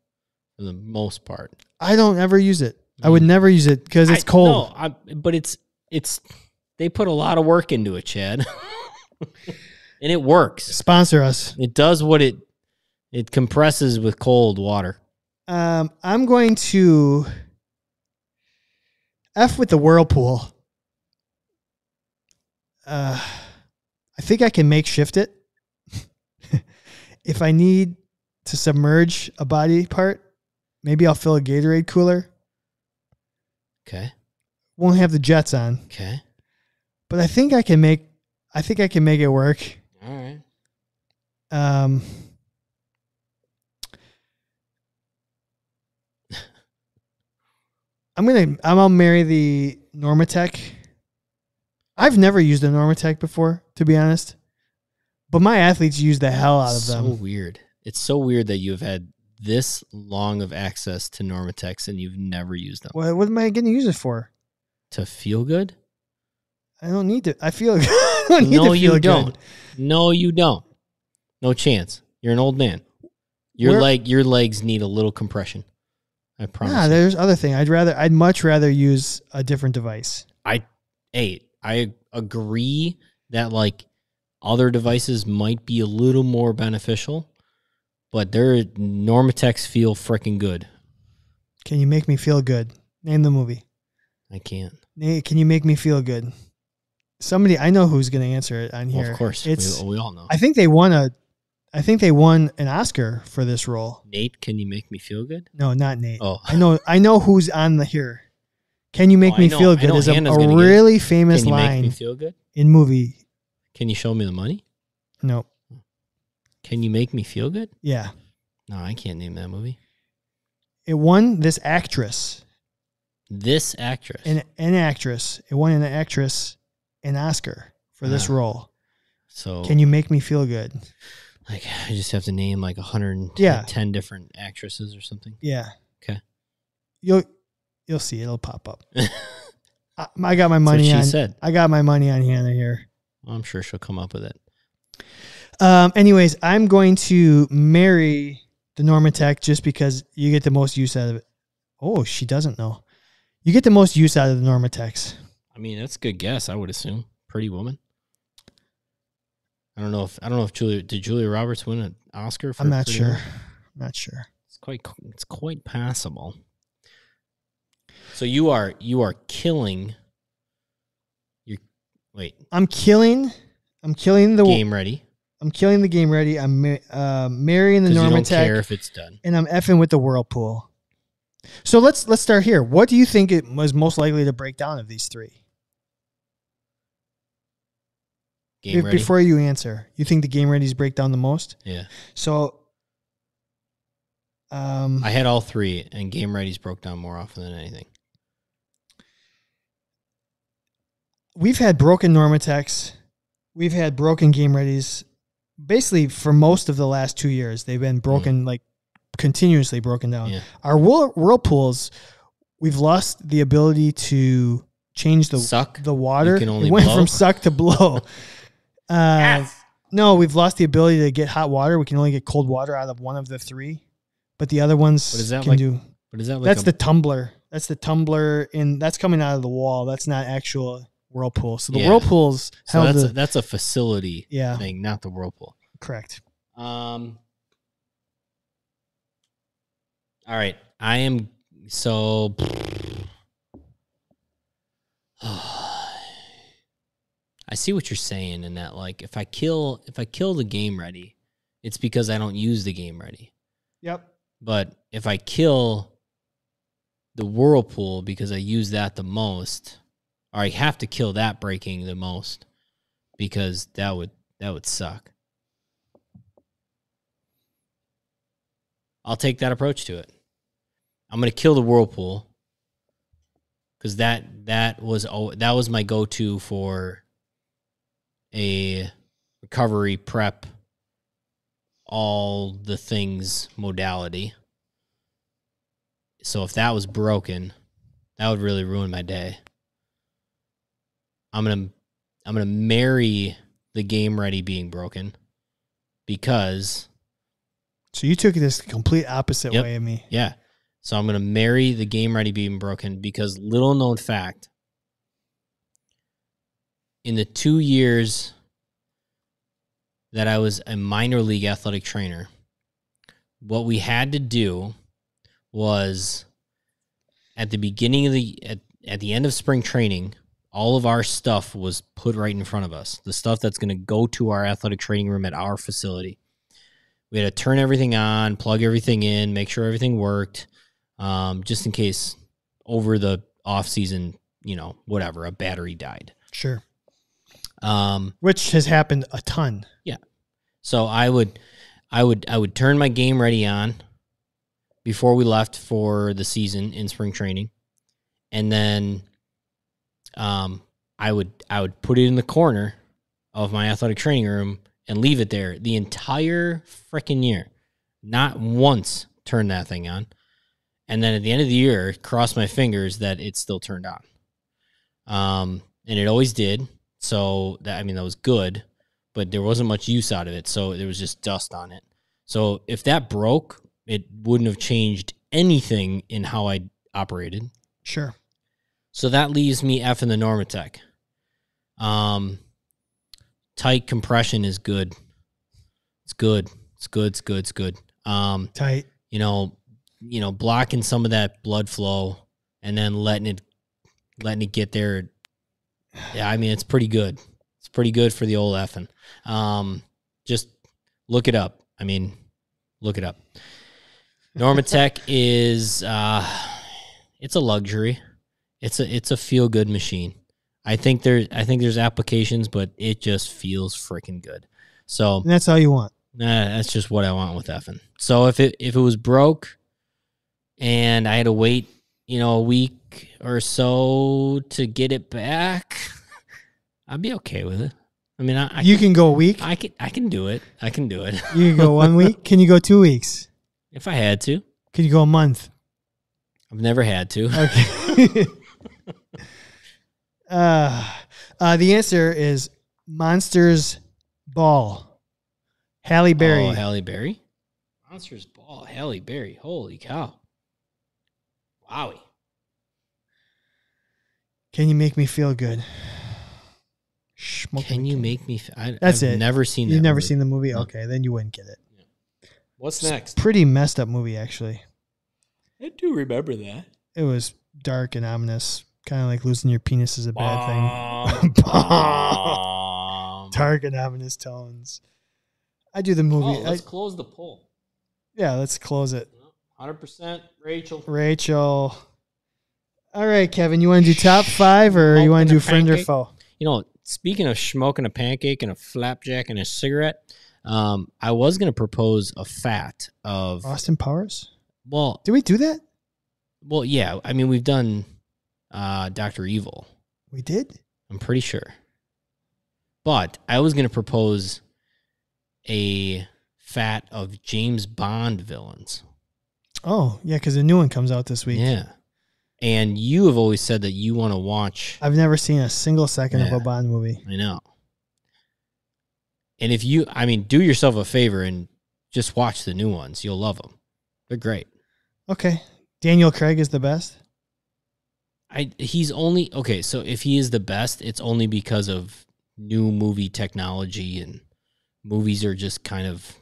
S1: for the most part.
S2: I don't ever use it. I would
S1: Mm.
S2: never use it because it's
S1: I-
S2: cold.
S1: No, I, but it's it's they put a lot of work into it, Chad. and it works.
S2: Sponsor us.
S1: It does what it it compresses with cold water.
S2: Um, I'm going to f with the whirlpool. Uh, I think I can make shift it. if I need to submerge a body part, maybe I'll fill a Gatorade cooler.
S1: Okay.
S2: Won't have the jets on.
S1: Okay.
S2: but I think I can make I think I can make it work.
S1: All right.
S2: Um, I'm gonna I'm gonna marry the Normatec. I've never used a Normatec before, to be honest. But my athletes use the hell out of
S1: so
S2: them.
S1: weird. It's so weird that you've had this long of access to Normatex and you've never used them.
S2: What, what am I gonna use it for?
S1: To feel good?
S2: I don't need to. I feel. I don't need
S1: No,
S2: to feel
S1: you
S2: good.
S1: don't. No, you don't. No chance. You're an old man. Your
S2: Where-
S1: leg, your legs need a little compression. I promise.
S2: Nah,
S1: you.
S2: there's other thing. I'd rather. I'd much rather use a different device.
S1: Hey, I agree that like other devices might be a little more beneficial, but their Normatex feel freaking good.
S2: Can you make me feel good? Name the movie.
S1: I can't.
S2: Nate, can you make me feel good? Somebody I know who's going to answer it on
S1: Well,
S2: here.
S1: of course,
S2: it's.
S1: we, we all know.
S2: I think they won a. I think they won an Oscar for this role.
S1: Nate, can you make me feel good?
S2: No, not Nate.
S1: Oh,
S2: I know. I know who's on the here. Can you make
S1: Oh, I
S2: me
S1: know-
S2: feel
S1: I
S2: good?
S1: know
S2: Is a,
S1: Hannah's
S2: a
S1: gonna get it.
S2: really
S1: can
S2: famous
S1: you make me
S2: line
S1: feel good?
S2: in movie.
S1: Can you show me the money?
S2: No.
S1: Can you make me feel good?
S2: Yeah.
S1: No, I can't name that movie.
S2: It won this actress,
S1: This actress.
S2: an, an actress. It won an actress an Oscar for this
S1: Ah. Oh.
S2: role.
S1: so
S2: Can you make me feel good?
S1: like I just have to name like 110
S2: Yeah.
S1: different actresses or something.
S2: Yeah.
S1: Okay.
S2: You'll you'll see it'll pop up.
S1: That's
S2: I, I got my
S1: what
S2: money
S1: she
S2: on.
S1: said.
S2: I got my money on Hannah here.
S1: I'm sure she'll come up with it.
S2: Um, anyways, I'm going to marry the Norma Tech just because you get the most use out of it. Oh, she doesn't know. You get the most use out of the Norma Techs.
S1: I mean, that's a good guess. I would assume Pretty Woman. I don't know if I don't know if Julia did Julia Roberts win an Oscar. For
S2: I'm not
S1: Pretty
S2: sure.
S1: Woman?
S2: Not sure.
S1: It's quite it's quite possible. So you are you are killing. You're wait
S2: I'm killing. I'm killing the.
S1: game ready
S2: I'm killing the game ready. I'm ma- uh, marrying the
S1: because you
S2: Norma
S1: don't care
S2: Tech,
S1: if it's done.
S2: and I'm effing with the whirlpool. So let's let's start here. What do you think it was most likely to break down of these three?
S1: Game
S2: Be-
S1: ready.
S2: Before you answer, you think the game ready's break down the most?
S1: yeah,
S2: So, um,
S1: I had all three, and game ready's broke down more often than anything.
S2: we've had broken Normatex, we've had broken game readies. Basically, for most of the last two years, they've been broken like continuously broken down.
S1: Mm. Yeah.
S2: Our whirl- whirlpools, we've lost the ability to change the
S1: Suck.
S2: the water.
S1: You can only
S2: it went
S1: blow?
S2: from suck to blow. uh, No, we've lost the ability to get hot water. We can only get cold water out of one of the three, but the other ones
S1: What is that
S2: can
S1: like?
S2: do.
S1: But is that like
S2: that's
S1: a,
S2: the tumbler. That's the tumbler, and that's coming out of the wall. That's not actual whirlpool. So the
S1: Yeah.
S2: whirlpools
S1: so
S2: held
S1: that's a,
S2: the,
S1: that's a facility
S2: yeah,
S1: thing, not the whirlpool.
S2: correct.
S1: Um. All right, I am so. I see what you're saying in that, like, if I kill if I kill the game ready, it's because I don't use the game ready.
S2: Yep.
S1: But if I kill the whirlpool because I use that the most, or I have to kill that breaking the most because that would that would suck. I'll take that approach to it. I'm going to kill the whirlpool cuz that that was al- that was my go-to for a recovery prep all the things modality. So if that was broken, that would really ruin my day. I'm going to I'm going to marry the game ready being broken because
S2: So you took this complete opposite
S1: Yep.
S2: way of me.
S1: yeah. So I'm going to marry the game ready being broken because little known fact in the 2 years that I was a minor league athletic trainer what we had to do was at the beginning of the at, at the end of spring training all of our stuff was put right in front of us the stuff that's going to go to our athletic training room at our facility we had to turn everything on plug everything in make sure everything worked um, just in case over the off season you know whatever a battery died
S2: Sure.
S1: um,
S2: Which has happened a ton.
S1: So I would, I would, I would turn my game ready on before we left for the season in spring training, and then um, I would I would put it in the corner of my athletic training room and leave it there the entire freaking year. Not once turn that thing on, and then at the end of the year, cross my fingers that it's still turned on. Um, and it always did. So that I mean that was good, but there wasn't much use out of it. So there was just dust on it. So if that broke, it wouldn't have changed anything in how I operated.
S2: Sure.
S1: So that leaves me F in the Normatec. Um, tight compression is good. It's good. It's good. It's good. It's good. Um,
S2: Tight.
S1: you know, you know, blocking some of that blood flow and then letting it, letting it get there. Yeah, I mean, it's pretty good. It's pretty good for the old effing. Um, just look it up. I mean, look it up. Normatec is uh, it's a luxury. It's a it's a feel good machine. I think there I think there's applications, but it just feels freaking good. So
S2: And that's all you want.
S1: Nah, that's just what I want with effing. So if it if it was broke, and I had to wait, you know, a week or so to get it back, I'd be okay with it. I mean, I, I,
S2: you can go a week.
S1: I can I can do it. I can do it
S2: You can go one week. Can you go two weeks?
S1: if I had to.
S2: Can you go a month?
S1: I've never had to.
S2: Okay. uh, uh, the answer is Monsters Ball. Halle Berry.
S1: Oh, Halle Berry. Monsters Ball, Halle Berry. Holy cow! Wowie.
S2: Can you make me feel good? Smoking
S1: Can
S2: a
S1: you
S2: can-
S1: make me? F- I,
S2: That's
S1: I've
S2: it.
S1: Never seen.
S2: You've
S1: that
S2: never
S1: movie.
S2: seen the movie?
S1: No.
S2: Okay, then you wouldn't get it.
S1: What's
S2: It's
S1: next?
S2: Pretty messed up movie, actually.
S1: I do remember that.
S2: It was dark and ominous. Kind of like losing your penis is a bad thing.
S1: Bum, bum.
S2: Dark and ominous tones. I do the movie.
S1: Oh,
S2: I,
S1: let's close the poll.
S2: yeah, let's close it.
S1: Hundred percent, Rachel.
S2: Rachel. All right, Kevin, you want to do top five or you
S1: Open
S2: want to do
S1: a
S2: friend
S1: pancake.
S2: or foe?
S1: You know, speaking of smoking a pancake and a flapjack and a cigarette, um, I was gonna propose a fat of
S2: Austin Powers?
S1: well,
S2: Did we do that?
S1: well, yeah. I mean, we've done uh, Doctor Evil.
S2: We did?
S1: I'm pretty sure. But I was going to propose a fat of James Bond villains.
S2: Oh, yeah, because the new one comes out this week.
S1: Yeah. And you have always said that you want to watch.
S2: I've never seen a single second
S1: Yeah.
S2: of a Bond movie.
S1: I know. And if you, I mean, do yourself a favor and just watch the new ones. You'll love them. They're great.
S2: Okay. Daniel Craig is the best.
S1: I he's only okay. So if he is the best, it's only because of new movie technology and movies are just kind of.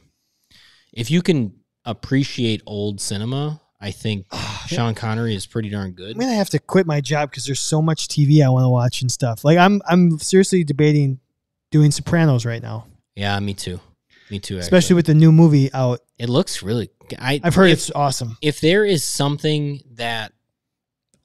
S1: If you can appreciate old cinema, I think
S2: Oh,
S1: Sean Connery is pretty darn good.
S2: I'm gonna have to quit my job because there's so much TV I want to watch and stuff. Like I'm I'm seriously debating doing Sopranos right now.
S1: Yeah, me too. Me too.
S2: Especially with the new movie out.
S1: it looks really. I
S2: I've heard
S1: if,
S2: it's awesome.
S1: if there is something that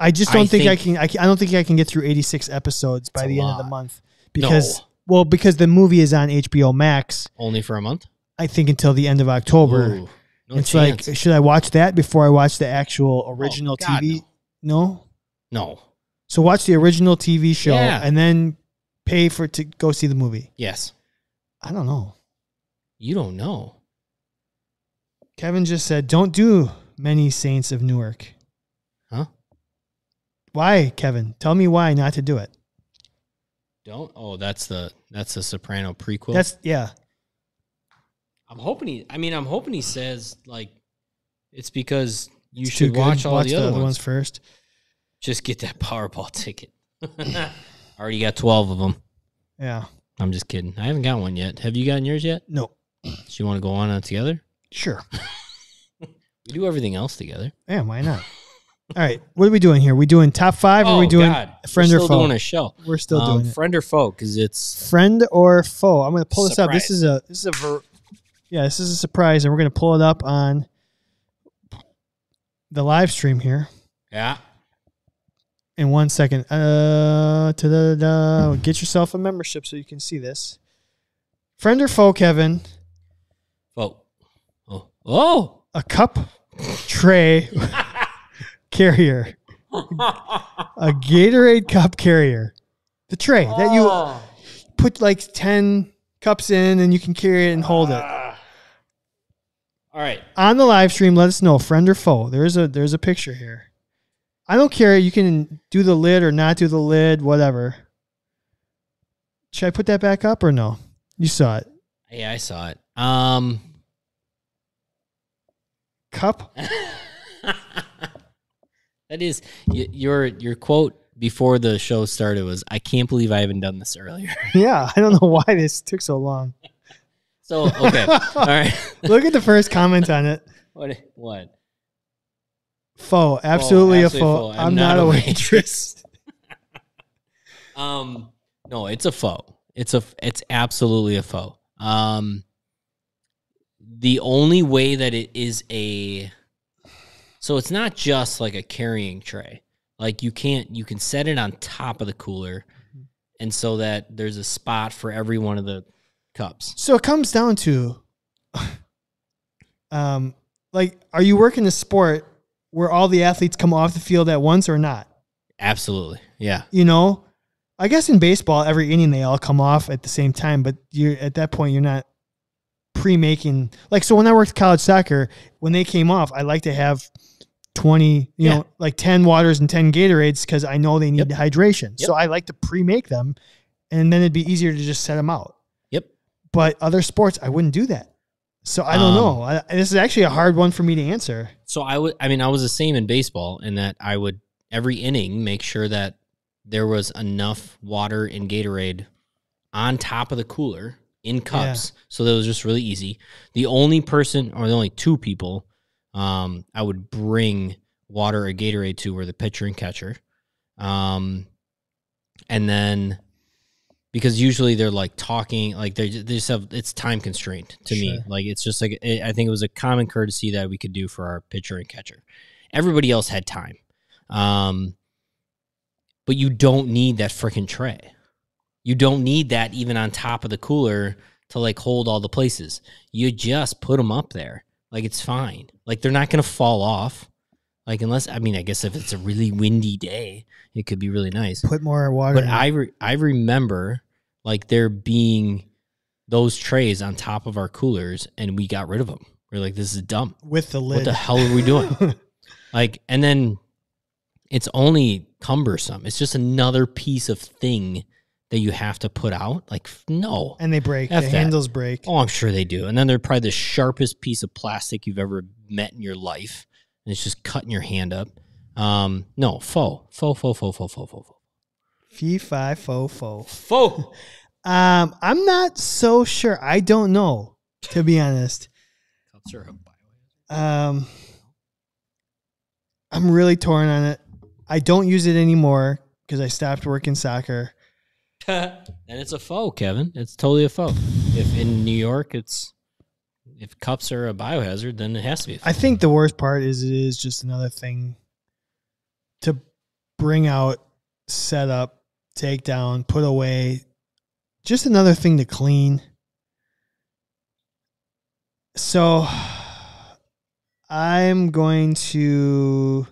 S2: I just
S1: I
S2: don't think, I
S1: think-
S2: can, I can. I don't think I can get through 86 episodes by
S1: It's a
S2: the end of the
S1: lot.
S2: month because
S1: No.
S2: well because the movie is on HBO Max.
S1: only for a month,
S2: I think until the end of October.
S1: Ooh, no
S2: it's
S1: chance. Oh,
S2: like should I watch that before I watch the actual original
S1: God,
S2: TV? No.
S1: no.
S2: So watch the original TV show
S1: Yeah.
S2: and then pay for to go see the movie.
S1: Yes,
S2: I don't know.
S1: you don't know.
S2: Kevin just said don't do many Saints of Newark.
S1: Huh?
S2: Why, Kevin? Tell me why not to do it.
S1: Don't. Oh, that's the that's the Soprano prequel.
S2: That's yeah.
S1: I'm hoping he. I mean, I'm hoping he says like it's because you
S2: It's too
S1: should
S2: good.
S1: watch all the, other ones.
S2: first.
S1: Just get that Powerball ticket. I already got twelve of them.
S2: Yeah.
S1: I'm just kidding. I haven't got one yet. Have you gotten yours yet?
S2: No.
S1: Do you want to go on it together?
S2: Sure.
S1: We do everything else together.
S2: Yeah, why not? All right. What are we doing here? We doing top five
S1: Oh,
S2: or we doing friend
S1: We're
S2: or
S1: still
S2: foe?
S1: doing a show.
S2: We're still
S1: Um,
S2: doing it.
S1: friend or foe because it's
S2: friend or foe. I'm gonna pull this up. This
S1: Surprise.
S2: is a this is a ver- yeah, this is a surprise, and we're gonna pull it up on the live stream here
S1: yeah.
S2: in one second. Uh, ta-da-da-da. get yourself a membership so you can see this. Friend or foe, Kevin?
S1: Oh, oh, oh,
S2: A cup tray carrier. a Gatorade cup carrier, the tray that you put like ten cups in, and you can carry it and hold it.
S1: Uh, All right.
S2: on the live stream, let us know, friend or foe. There is a there's a picture here. I don't care. You can do the lid or not do the lid, whatever. Should I put that back up or no? You saw it.
S1: Yeah, I saw it. Um,
S2: Cup.
S1: that is y- your your quote before the show started was, "I can't believe I haven't done this earlier."
S2: Yeah, I don't know why this took so long.
S1: So okay, all right.
S2: Look at the first comment on it.
S1: What? What?
S2: Foe,
S1: absolutely
S2: absolutely, a foe.
S1: foe.
S2: I'm, not, a waitress.
S1: Um, no, it's a faux. It's a it's absolutely a faux. Um, the only way that it is a so it's not just like a carrying tray. Like you can't you can set it on top of the cooler,
S2: Mm-hmm.
S1: and so that there's a spot for every one of the cups.
S2: So it comes down to, um, like, are you working a sport where all the athletes come off the field at once or not?
S1: Absolutely, yeah.
S2: you know, I guess in baseball, every inning they all come off at the same time, but you're at that point you're not pre-making like so when I worked college soccer, when they came off, I like to have 20, you
S1: Yeah.
S2: know, like 10 waters and 10 Gatorades cuz I know they need
S1: Yep.
S2: hydration.
S1: Yep.
S2: So I like to pre-make them and then it'd be easier to just set them out.
S1: Yep.
S2: But other sports, I wouldn't do that. So I don't
S1: Um,
S2: know. I, this is actually a hard one for me to answer.
S1: So I would, I mean, I was the same in baseball in that I would every inning make sure that there was enough water and Gatorade on top of the cooler in cups. So that was just really easy. The only person or the only two people um, I would bring water or Gatorade to were the pitcher and catcher. Um, and then because usually they're like talking, like they they just have it's time constraint to me.
S2: Sure.
S1: Like it's just like it, I think it was a common courtesy that we could do for our pitcher and catcher. Everybody else had time, um, but you don't need that freaking tray. You don't need that even on top of the cooler to like hold all the places. You just put them up there. Like it's fine. Like they're not gonna fall off. Like unless I mean I guess if it's a really windy day, it could be really nice.
S2: Put more water.
S1: But
S2: in it.
S1: I re- I remember like there being those trays on top of our coolers, and we got rid of them. We're like, this is dumb.
S2: with the lid.
S1: What the hell are we doing? like, and then it's only cumbersome. It's just another piece of thing that you have to put out. Like, f- no.
S2: and they break.
S1: F
S2: the
S1: that.
S2: handles break.
S1: Oh, I'm sure they do. And then they're probably the sharpest piece of plastic you've ever met in your life, and it's just cutting your hand up. Um, no, faux, faux, faux, faux, faux, faux, faux,
S2: Fee fi fo fo.
S1: faux. Faux.
S2: Um, I'm not so sure. I don't know, to be honest. Um, I'm really torn on it. I don't use it anymore because I stopped working soccer.
S1: and it's a faux, Kevin. It's totally a faux. If in New York, it's if cups are a biohazard, then it has to be. A faux.
S2: I think the worst part is it is just another thing to bring out, set up, take down, put away. Just another thing to clean. So I'm going to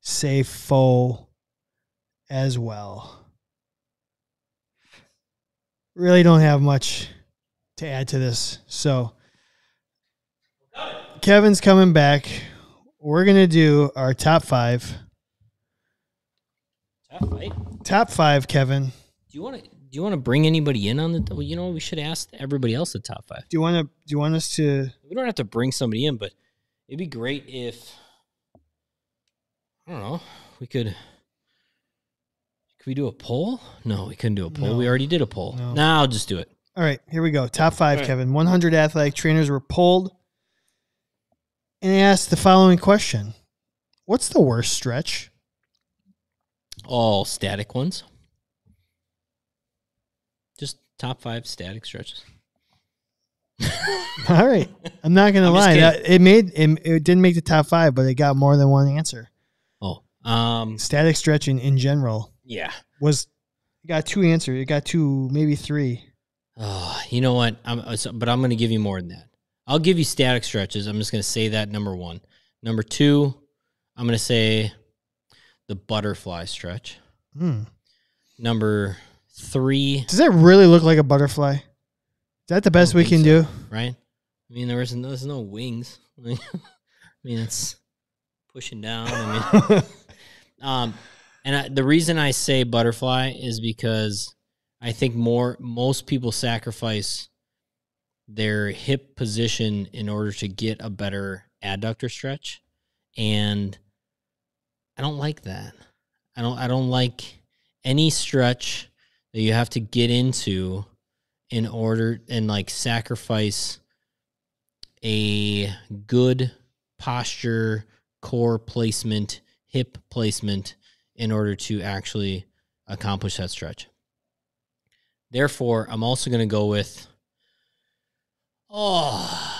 S2: say faux as well. Really don't have much to add to this. So. Kevin's coming back. We're gonna do our top five.
S1: Tough fight.
S2: Top five, Kevin.
S1: Do you want to? Do you want to bring anybody in on the? Well, you know, we should ask everybody else the top five.
S2: Do you want to? Do you want us to?
S1: We don't have to bring somebody in, but it'd be great if I don't know. We could. Could we do a poll? No, we couldn't do a poll. We
S2: No.
S1: already did a poll.
S2: No.
S1: No, nah, I'll just do it.
S2: All right, here we go. Top five,
S1: All right.
S2: Kevin. 100 athletic trainers were polled and asked the following question: What's the worst stretch?
S1: All static ones. Just top five static stretches.
S2: All right, I'm not gonna
S1: I'm just
S2: lie.
S1: kidding.
S2: That, it made it, it didn't make the top five, but it got more than one answer.
S1: Oh, um,
S2: Static stretching in general
S1: yeah.
S2: was it got two answers. It got two, maybe three.
S1: Oh, you know what? I'm, uh, so- but I'm going to give you more than that. I'll give you static stretches. I'm just going to say that number one. Number two, I'm going to say the butterfly stretch.
S2: Hmm.
S1: Number three,
S2: Does that really look like a butterfly? Is that the best we
S1: think
S2: can
S1: so.
S2: do?
S1: right? I mean, there was no, there's no wings. I mean, it's pushing down. I mean, um, and I, the reason I say butterfly is because I think more most people sacrifice their hip position in order to get a better adductor stretch, and I don't like that. I don't. I don't like any stretch that you have to get into in order and like sacrifice a good posture, core placement, hip placement in order to actually accomplish that stretch. Therefore, I'm also going to go with oh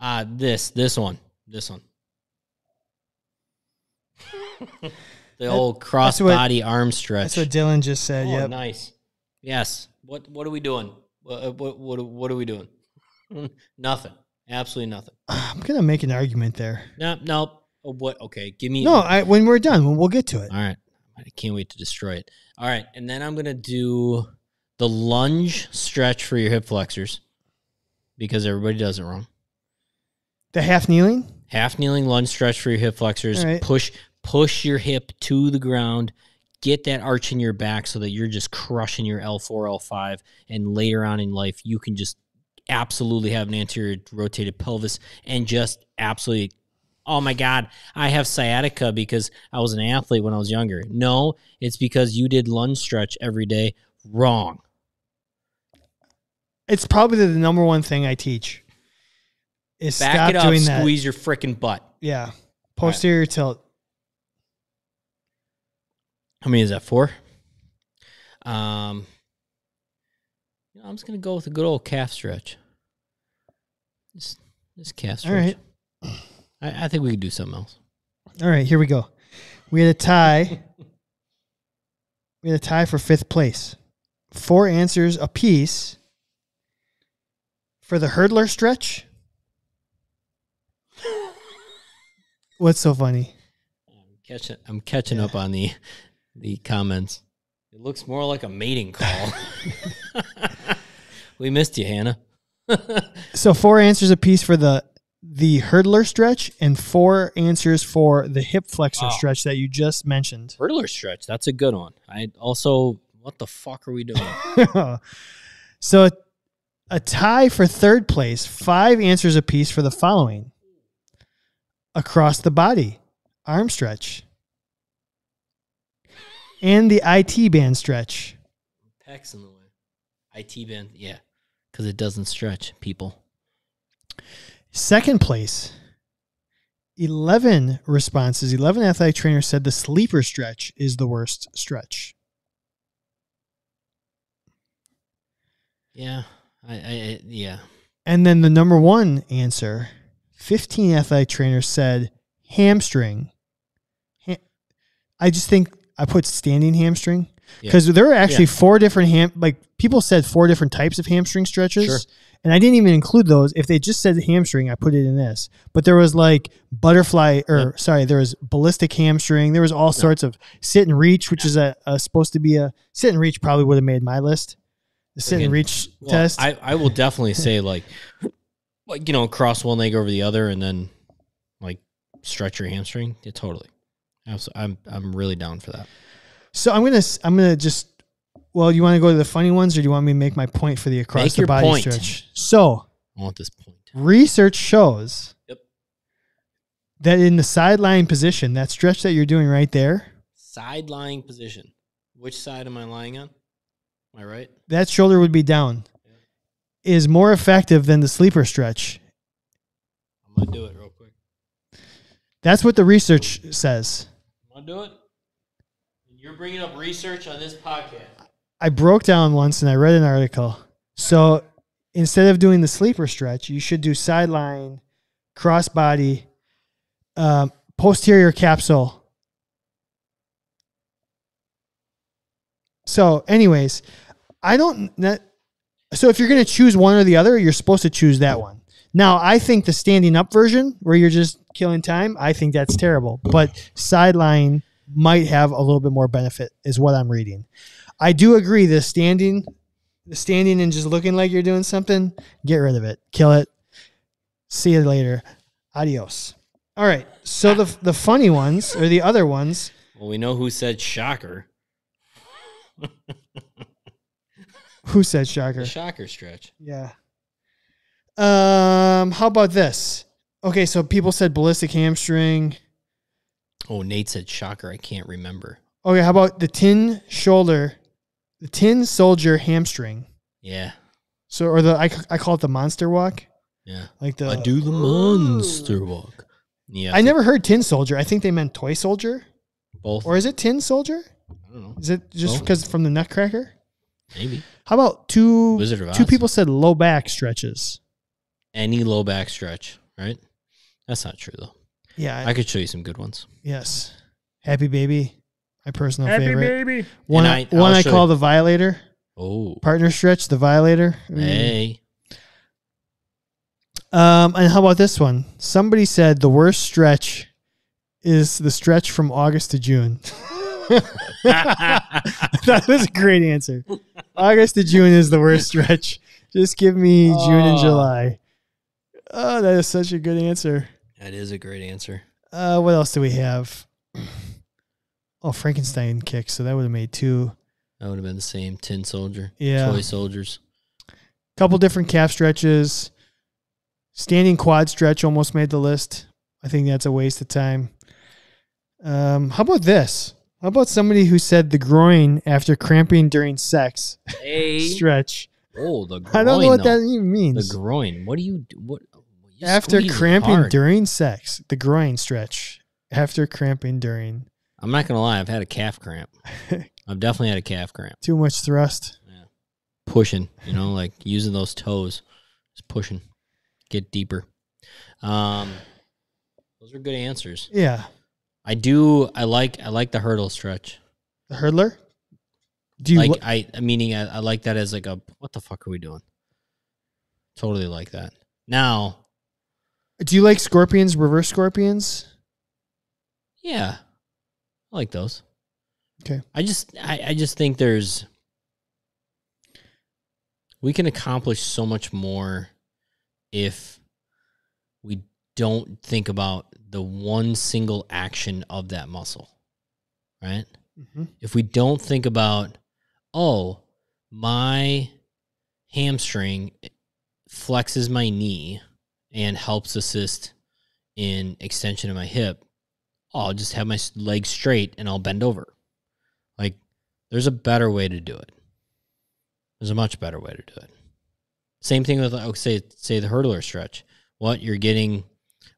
S1: uh this this one. This one. the old cross
S2: that's what-
S1: body arm stretch.
S2: That's what Dylan just said.
S1: Oh,
S2: yep.
S1: nice. Yes. What What are we doing? What uh, What What, what are we doing? nothing. Absolutely nothing.
S2: I'm gonna make an argument there.
S1: No. No. Oh, what? Okay. Give me.
S2: No,
S1: All
S2: I when we're done, when we'll get to it.
S1: right. I can't wait to destroy it. All right, and then I'm gonna do the lunge stretch for your hip flexors because everybody does it wrong.
S2: The half kneeling.
S1: half kneeling lunge stretch for your hip flexors
S2: All right.
S1: push push your hip to the ground get that arch in your back so that you're just crushing your l4 l5 and later on in life you can just absolutely have an anterior rotated pelvis and just absolutely oh my god i have sciatica because i was an athlete when i was younger no it's because you did lunge stretch every day wrong
S2: It's probably the number one thing I teach. Is
S1: back
S2: stop
S1: it up
S2: doing that.
S1: squeeze your freaking butt
S2: Yeah. Posterior tilt.
S1: How many is that? Four. Um, you know, I'm just gonna go with a good old calf stretch. This this calf
S2: All
S1: stretch.
S2: right.
S1: I, I think we could do something else.
S2: All right, here we go. We had a tie. we had a tie for fifth place. Four answers apiece for the hurdler stretch. What's so funny?
S1: I'm catching. I'm catching up on the the comments. It looks more like a mating call. we missed you, Hannah.
S2: So four answers apiece for the the hurdler stretch and four answers for the hip flexor
S1: Wow.
S2: stretch that you just mentioned.
S1: Hurdler stretch. That's a good one. I also. What the fuck are we doing?
S2: so a tie for third place, five answers apiece for the following across the body, arm stretch, and the IT band stretch.
S1: Pecs in the way. It band. Yeah, because it doesn't stretch, people.
S2: Second place, 11 responses. 11 athletic trainers said the sleeper stretch is the worst stretch.
S1: Yeah. I, I, I yeah.
S2: And then the number one answer 15 athletic trainers said hamstring. Ha- I just think I put standing hamstring
S1: Yeah.
S2: because there were actually four different ham, like people said four different types of hamstring stretches.
S1: Sure.
S2: And I didn't even include those. If they just said hamstring, I put it in this. But there was like butterfly, or
S1: Yep.
S2: sorry, there was ballistic hamstring. There was all sorts of sit and reach, which is a, a supposed to be a sit and reach probably would have made my list. The sit
S1: Again,
S2: and reach
S1: Well,
S2: test.
S1: I, I will definitely say like like you know, cross one leg over the other and then like stretch your hamstring. Yeah, totally. Abs- I'm I'm really down for that.
S2: So I'm gonna s- I'm gonna just well, you want to go to the funny ones, or do you want me to make my point for the across
S1: Make
S2: the
S1: your
S2: body
S1: point.
S2: stretch? So
S1: I want this point.
S2: research shows
S1: Yep.
S2: that in the sideline position, that stretch that you're doing right there,
S1: Side lying position. Which side am I lying on? Am I right?
S2: that shoulder would be down,
S1: Yep.
S2: is more effective than the sleeper stretch.
S1: I'm gonna do it real quick.
S2: That's what the research says.
S1: I'm gonna do it. You're bringing up research on this podcast.
S2: I broke down once and I read an article. So instead of doing the sleeper stretch, you should do sideline, cross body, um, posterior capsule. So, anyways, I don't. That, so if you're going to choose one or the other, you're supposed to choose that one. Now, I think the standing up version where you're just killing time, I think that's terrible. But sideline might have a little bit more benefit, is what I'm reading. I do agree the standing the standing and just looking like you're doing something, get rid of it. Kill it. See you later. Adios. All right. So the the funny ones or the other ones
S1: Well, we know who said shocker.
S2: who said shocker?
S1: The shocker stretch.
S2: Yeah. Um, how about this? Okay, so people said ballistic hamstring.
S1: Oh, Nate said shocker. I can't remember.
S2: Okay, how about the tin shoulder, the tin soldier hamstring?
S1: Yeah.
S2: So, or the I, c- I call it the monster walk,
S1: Yeah.
S2: like the.
S1: I do the monster walk. Yeah.
S2: I never heard tin soldier. I think they meant toy soldier,
S1: both.
S2: or is it tin soldier?
S1: I don't know.
S2: Is it just
S1: Oh.
S2: because from the Nutcracker?
S1: Maybe.
S2: How about two
S1: Wizard of Oz.
S2: two people said low back stretches?
S1: Any low back stretch, right? That's not true though.
S2: Yeah,
S1: I could show you some good ones.
S2: yes. Happy baby, my personal favorite.
S1: baby.
S2: One
S1: And I-
S2: one
S1: I'll
S2: I
S1: show
S2: call
S1: you.
S2: the violator.
S1: Oh.
S2: Partner stretch, the violator. Mm.
S1: Hey.
S2: Um, and how about this one? Somebody said the worst stretch is the stretch from August to June. that was a great answer. August to June is the worst stretch. Just give me June and
S1: Oh.
S2: July. Oh, that is such a good answer.
S1: that is a great answer.
S2: Uh, what else do we have? Oh, Frankenstein kick. So that would have made two.
S1: That would have been the same. Tin soldier.
S2: Yeah.
S1: Toy soldiers.
S2: couple different calf stretches. Standing quad stretch almost made the list. I think that's a waste of time. Um, how about this? How about somebody who said the groin after cramping during sex
S1: Hey.
S2: stretch?
S1: Oh, the groin.
S2: I don't know what
S1: though.
S2: that even
S1: The
S2: means.
S1: groin. What do you do? What? you
S2: after
S1: squeeze
S2: cramping
S1: hard.
S2: during sex, the groin stretch. After cramping during
S1: I'm not gonna lie. I've had a calf cramp. I've definitely had a calf cramp.
S2: too much thrust.
S1: Pushing, you know, like using those toes, just pushing, get deeper. Um, those are good answers.
S2: Yeah,
S1: I do. I like. I like the hurdle stretch.
S2: the hurdler. Do you
S1: like
S2: li-
S1: I I- meaning I, I like that as like a what the fuck are we doing? Totally like that. Now,
S2: do you like scorpions? Reverse scorpions.
S1: yeah, I like those.
S2: Okay.
S1: I just I, I just think there's we can accomplish so much more if we don't think about the one single action of that muscle. Right?
S2: Mhm.
S1: if we don't think about, oh, my hamstring flexes my knee and helps assist in extension of my hip, oh, I'll just have my s- legs straight and I'll bend over. Like, there's a better way to do it. There's a much better way to do it. Same thing with, like, say, say the hurdler stretch. What you're getting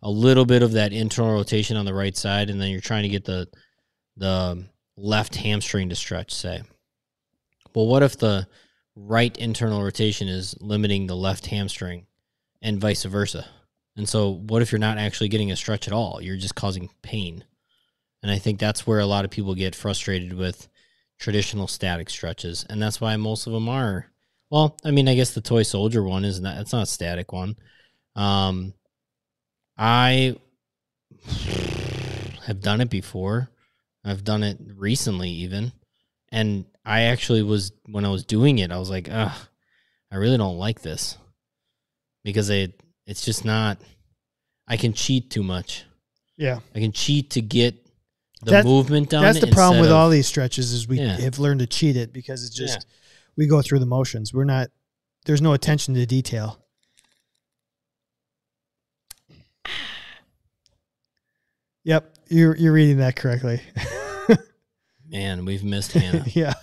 S1: a little bit of that internal rotation on the right side, and then you're trying to get the the left hamstring to stretch, say. Well, what if the right internal rotation is limiting the left hamstring and vice versa? And so, what if you're not actually getting a stretch at all? You're just causing pain. And I think that's where a lot of people get frustrated with traditional static stretches. And that's why most of them are. Well, I mean, I guess the toy soldier one is not, it's not a static one. Um, I have done it before. I've done it recently even. And I actually was when I was doing it, I was like, ugh, I really don't like this. Because it it's just not I can cheat too much.
S2: Yeah.
S1: I can cheat to get the
S2: That's-
S1: movement done.
S2: That's the problem
S1: instead
S2: with
S1: of-
S2: all these stretches is we
S1: Yeah.
S2: have learned to cheat it because it's just we go through the motions. We're not there's no attention to detail. Yep, you're you're reading that correctly.
S1: man, we've missed Hannah.
S2: yeah.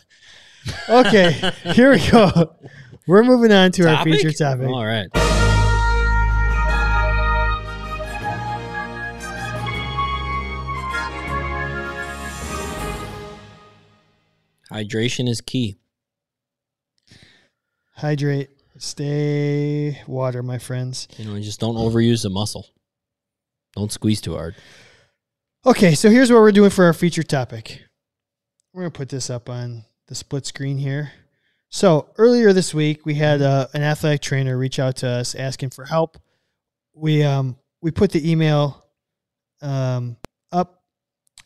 S2: Okay, here we go. We're moving on to our
S1: Topic?
S2: feature topic.
S1: All right. Hydration is key.
S2: Hydrate, stay water, my friends.
S1: You know, just don't overuse the muscle. Don't squeeze too hard.
S2: Okay, so here's what we're doing for our feature topic. We're going to put this up on the split screen here. So, earlier this week, we had uh, an athletic trainer reach out to us asking for help we um, we put the email um, up,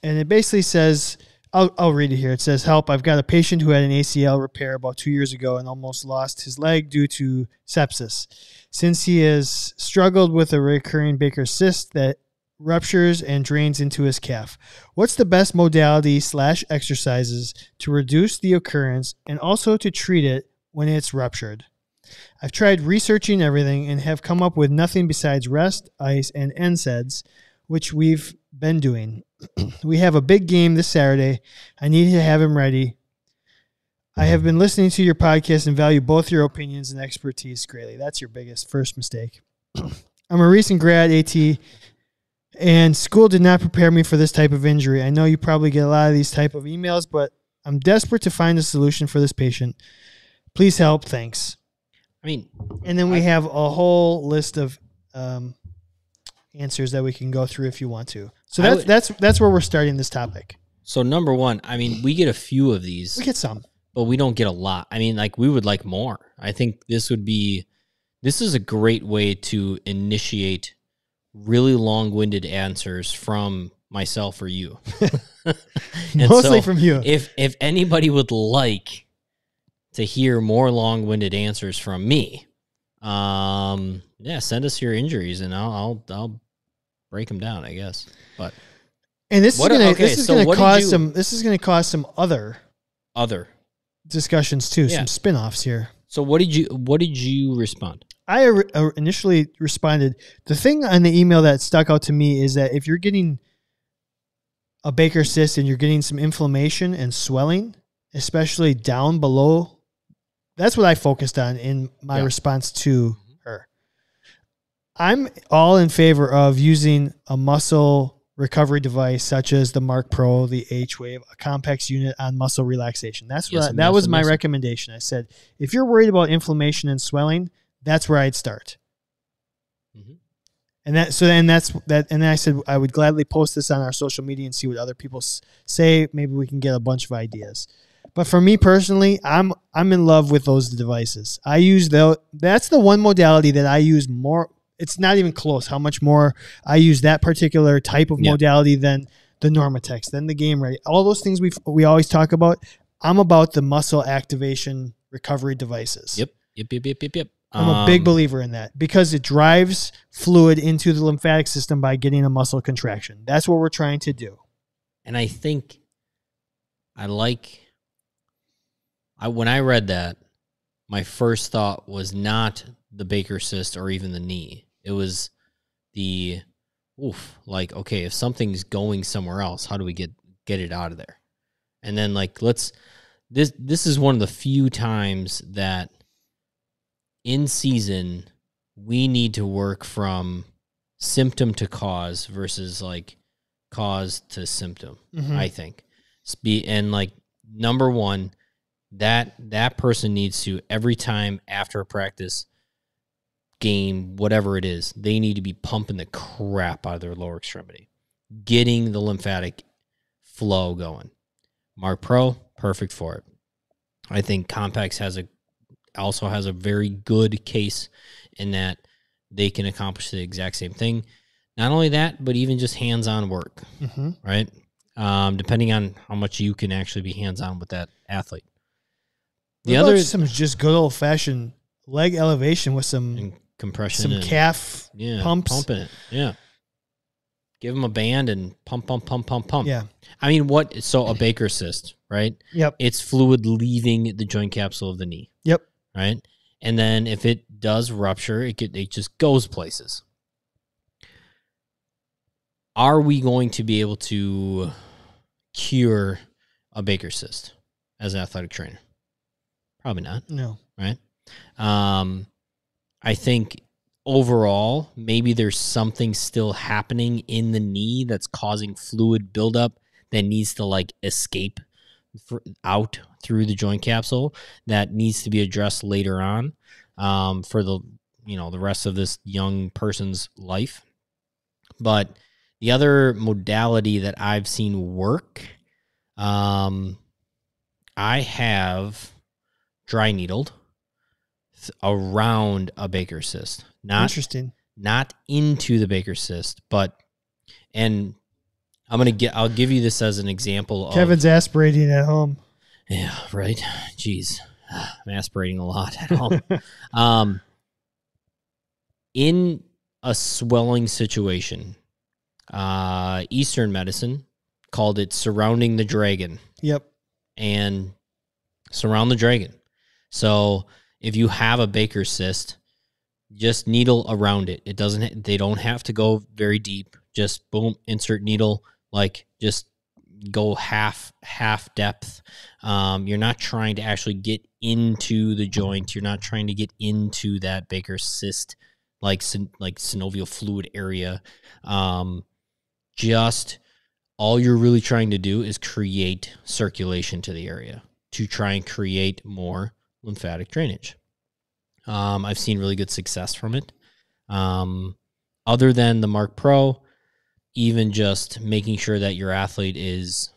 S2: and it basically says, I'll, "I'll read it here." It says, "Help! I've got a patient who had an ACL repair about two years ago and almost lost his leg due to sepsis. Since he has struggled with a recurring Baker cyst that ruptures and drains into his calf. What's the best modality slash exercises to reduce the occurrence and also to treat it when it's ruptured? I've tried researching everything and have come up with nothing besides rest, ice, and NSAIDs, which we've been doing. we have a big game this Saturday. I need to have him ready. I have been listening to your podcast and value both your opinions and expertise greatly. That's your biggest first mistake. I'm a recent grad AT and school did not prepare me for this type of injury. I know you probably get a lot of these type of emails, but I'm desperate to find a solution for this patient. Please help. Thanks.
S1: I mean,
S2: And then we have a whole list of um, answers that we can go through if you want to. So
S1: I
S2: that's
S1: would-
S2: that's that's where we're starting this topic.
S1: so number one, I mean, we get a few of these.
S2: We get some.
S1: but we don't get a lot. I mean, like we would like more. I think this would be this is a great way to initiate really long-winded answers from myself or you. And
S2: Mostly
S1: so
S2: from you.
S1: if if anybody would like to hear more long-winded answers from me, um yeah, send us your injuries and I'll I'll, I'll break them down, I guess. But
S2: and this
S1: what-
S2: is gonna
S1: okay,
S2: this is
S1: so
S2: gonna
S1: what did
S2: cause
S1: you-
S2: some this is gonna cause some other
S1: other.
S2: discussions too,
S1: Yeah.
S2: some spin-offs here.
S1: So what did you what did you respond?
S2: I or- or initially responded. The thing on the email that stuck out to me is that if you're getting a Baker cyst and you're getting some inflammation and swelling, especially down below, that's what I focused on in my
S1: Yeah.
S2: response to her. I'm all in favor of using a muscle recovery device such as the Mark Pro, the H Wave, a complex unit on muscle relaxation. That's
S1: Yes,
S2: what I-
S1: I'm
S2: that
S1: yes,
S2: was
S1: I'm
S2: my
S1: yes.
S2: recommendation. I said, if you're worried about inflammation and swelling, that's where I'd start. Mm-hmm.
S1: Mhm.
S2: And that so then that's that and then I said I would gladly post this on our social media and see what other people s- say. Maybe we can get a bunch of ideas. But for me personally, I'm I'm in love with those devices. I use though that's the one modality that I use more. It's not even close how much more I use that particular type of
S1: Yeah.
S2: modality than the Normatex, than the Game Ready. All those things we we always talk about. I'm about the muscle activation recovery devices.
S1: Yep. Yep, yep, yep, yep, yep.
S2: I'm a big
S1: Um,
S2: believer in that because it drives fluid into the lymphatic system by getting a muscle contraction. That's what we're trying to do.
S1: and I think I like I when I read that, my first thought was not the Baker cyst or even the knee. It was the oof, like okay, if something's going somewhere else, how do we get get it out of there? And then like let's this this is one of the few times that in season we need to work from symptom to cause versus like cause to symptom. I think. S- Be and like number one, that that person needs to every time after a practice game, whatever it is, they need to be pumping the crap out of their lower extremity, getting the lymphatic flow going. Mark Pro, perfect for it. I think Compax has a also has a very good case in that they can accomplish the exact same thing. Not only that, but even just hands-on work
S2: Mhm.
S1: right? Um, depending on how much you can actually be hands on with that athlete. The
S2: What about
S1: other
S2: some just good old fashioned leg elevation with some
S1: and compression,
S2: some
S1: and,
S2: calf.
S1: yeah,
S2: pumps.
S1: pumping it, yeah. Give them a band and pump, pump, pump, pump, pump.
S2: Yeah.
S1: I mean, what? So a Baker cyst, right?
S2: Yep.
S1: It's fluid leaving the joint capsule of the knee.
S2: Yep.
S1: Right. And then if it does rupture, it could, it just goes places. Are we going to be able to cure a Baker cyst as an athletic trainer? Probably not
S2: No.
S1: right? Um, I think overall, maybe there's something still happening in the knee that's causing fluid buildup that needs to like escape fr out through the joint capsule that needs to be addressed later on um, for the you know the rest of this young person's life. But the other modality that I've seen work, um, I have dry needled th- around a Baker cyst, not
S2: Interesting.
S1: not into the Baker cyst, but and I'm gonna get. I'll give you this as an example.
S2: Kevin's aspirating at home.
S1: Of, yeah. Right. Jeez. Ah, I'm aspirating a lot at home. um, in a swelling situation, uh, Eastern medicine called it surrounding the dragon
S2: yep.
S1: and surround the dragon. So if you have a Baker cyst, just needle around it. It doesn't. They don't have to go very deep. Just boom, insert needle. Like just go half half depth. Um, you're not trying to actually get into the joint. You're not trying to get into that Baker cyst like syn- like synovial fluid area. Um, just all you're really trying to do is create circulation to the area to try and create more lymphatic drainage. Um, I've seen really good success from it. Um, other than the Mark Pro, even just making sure that your athlete is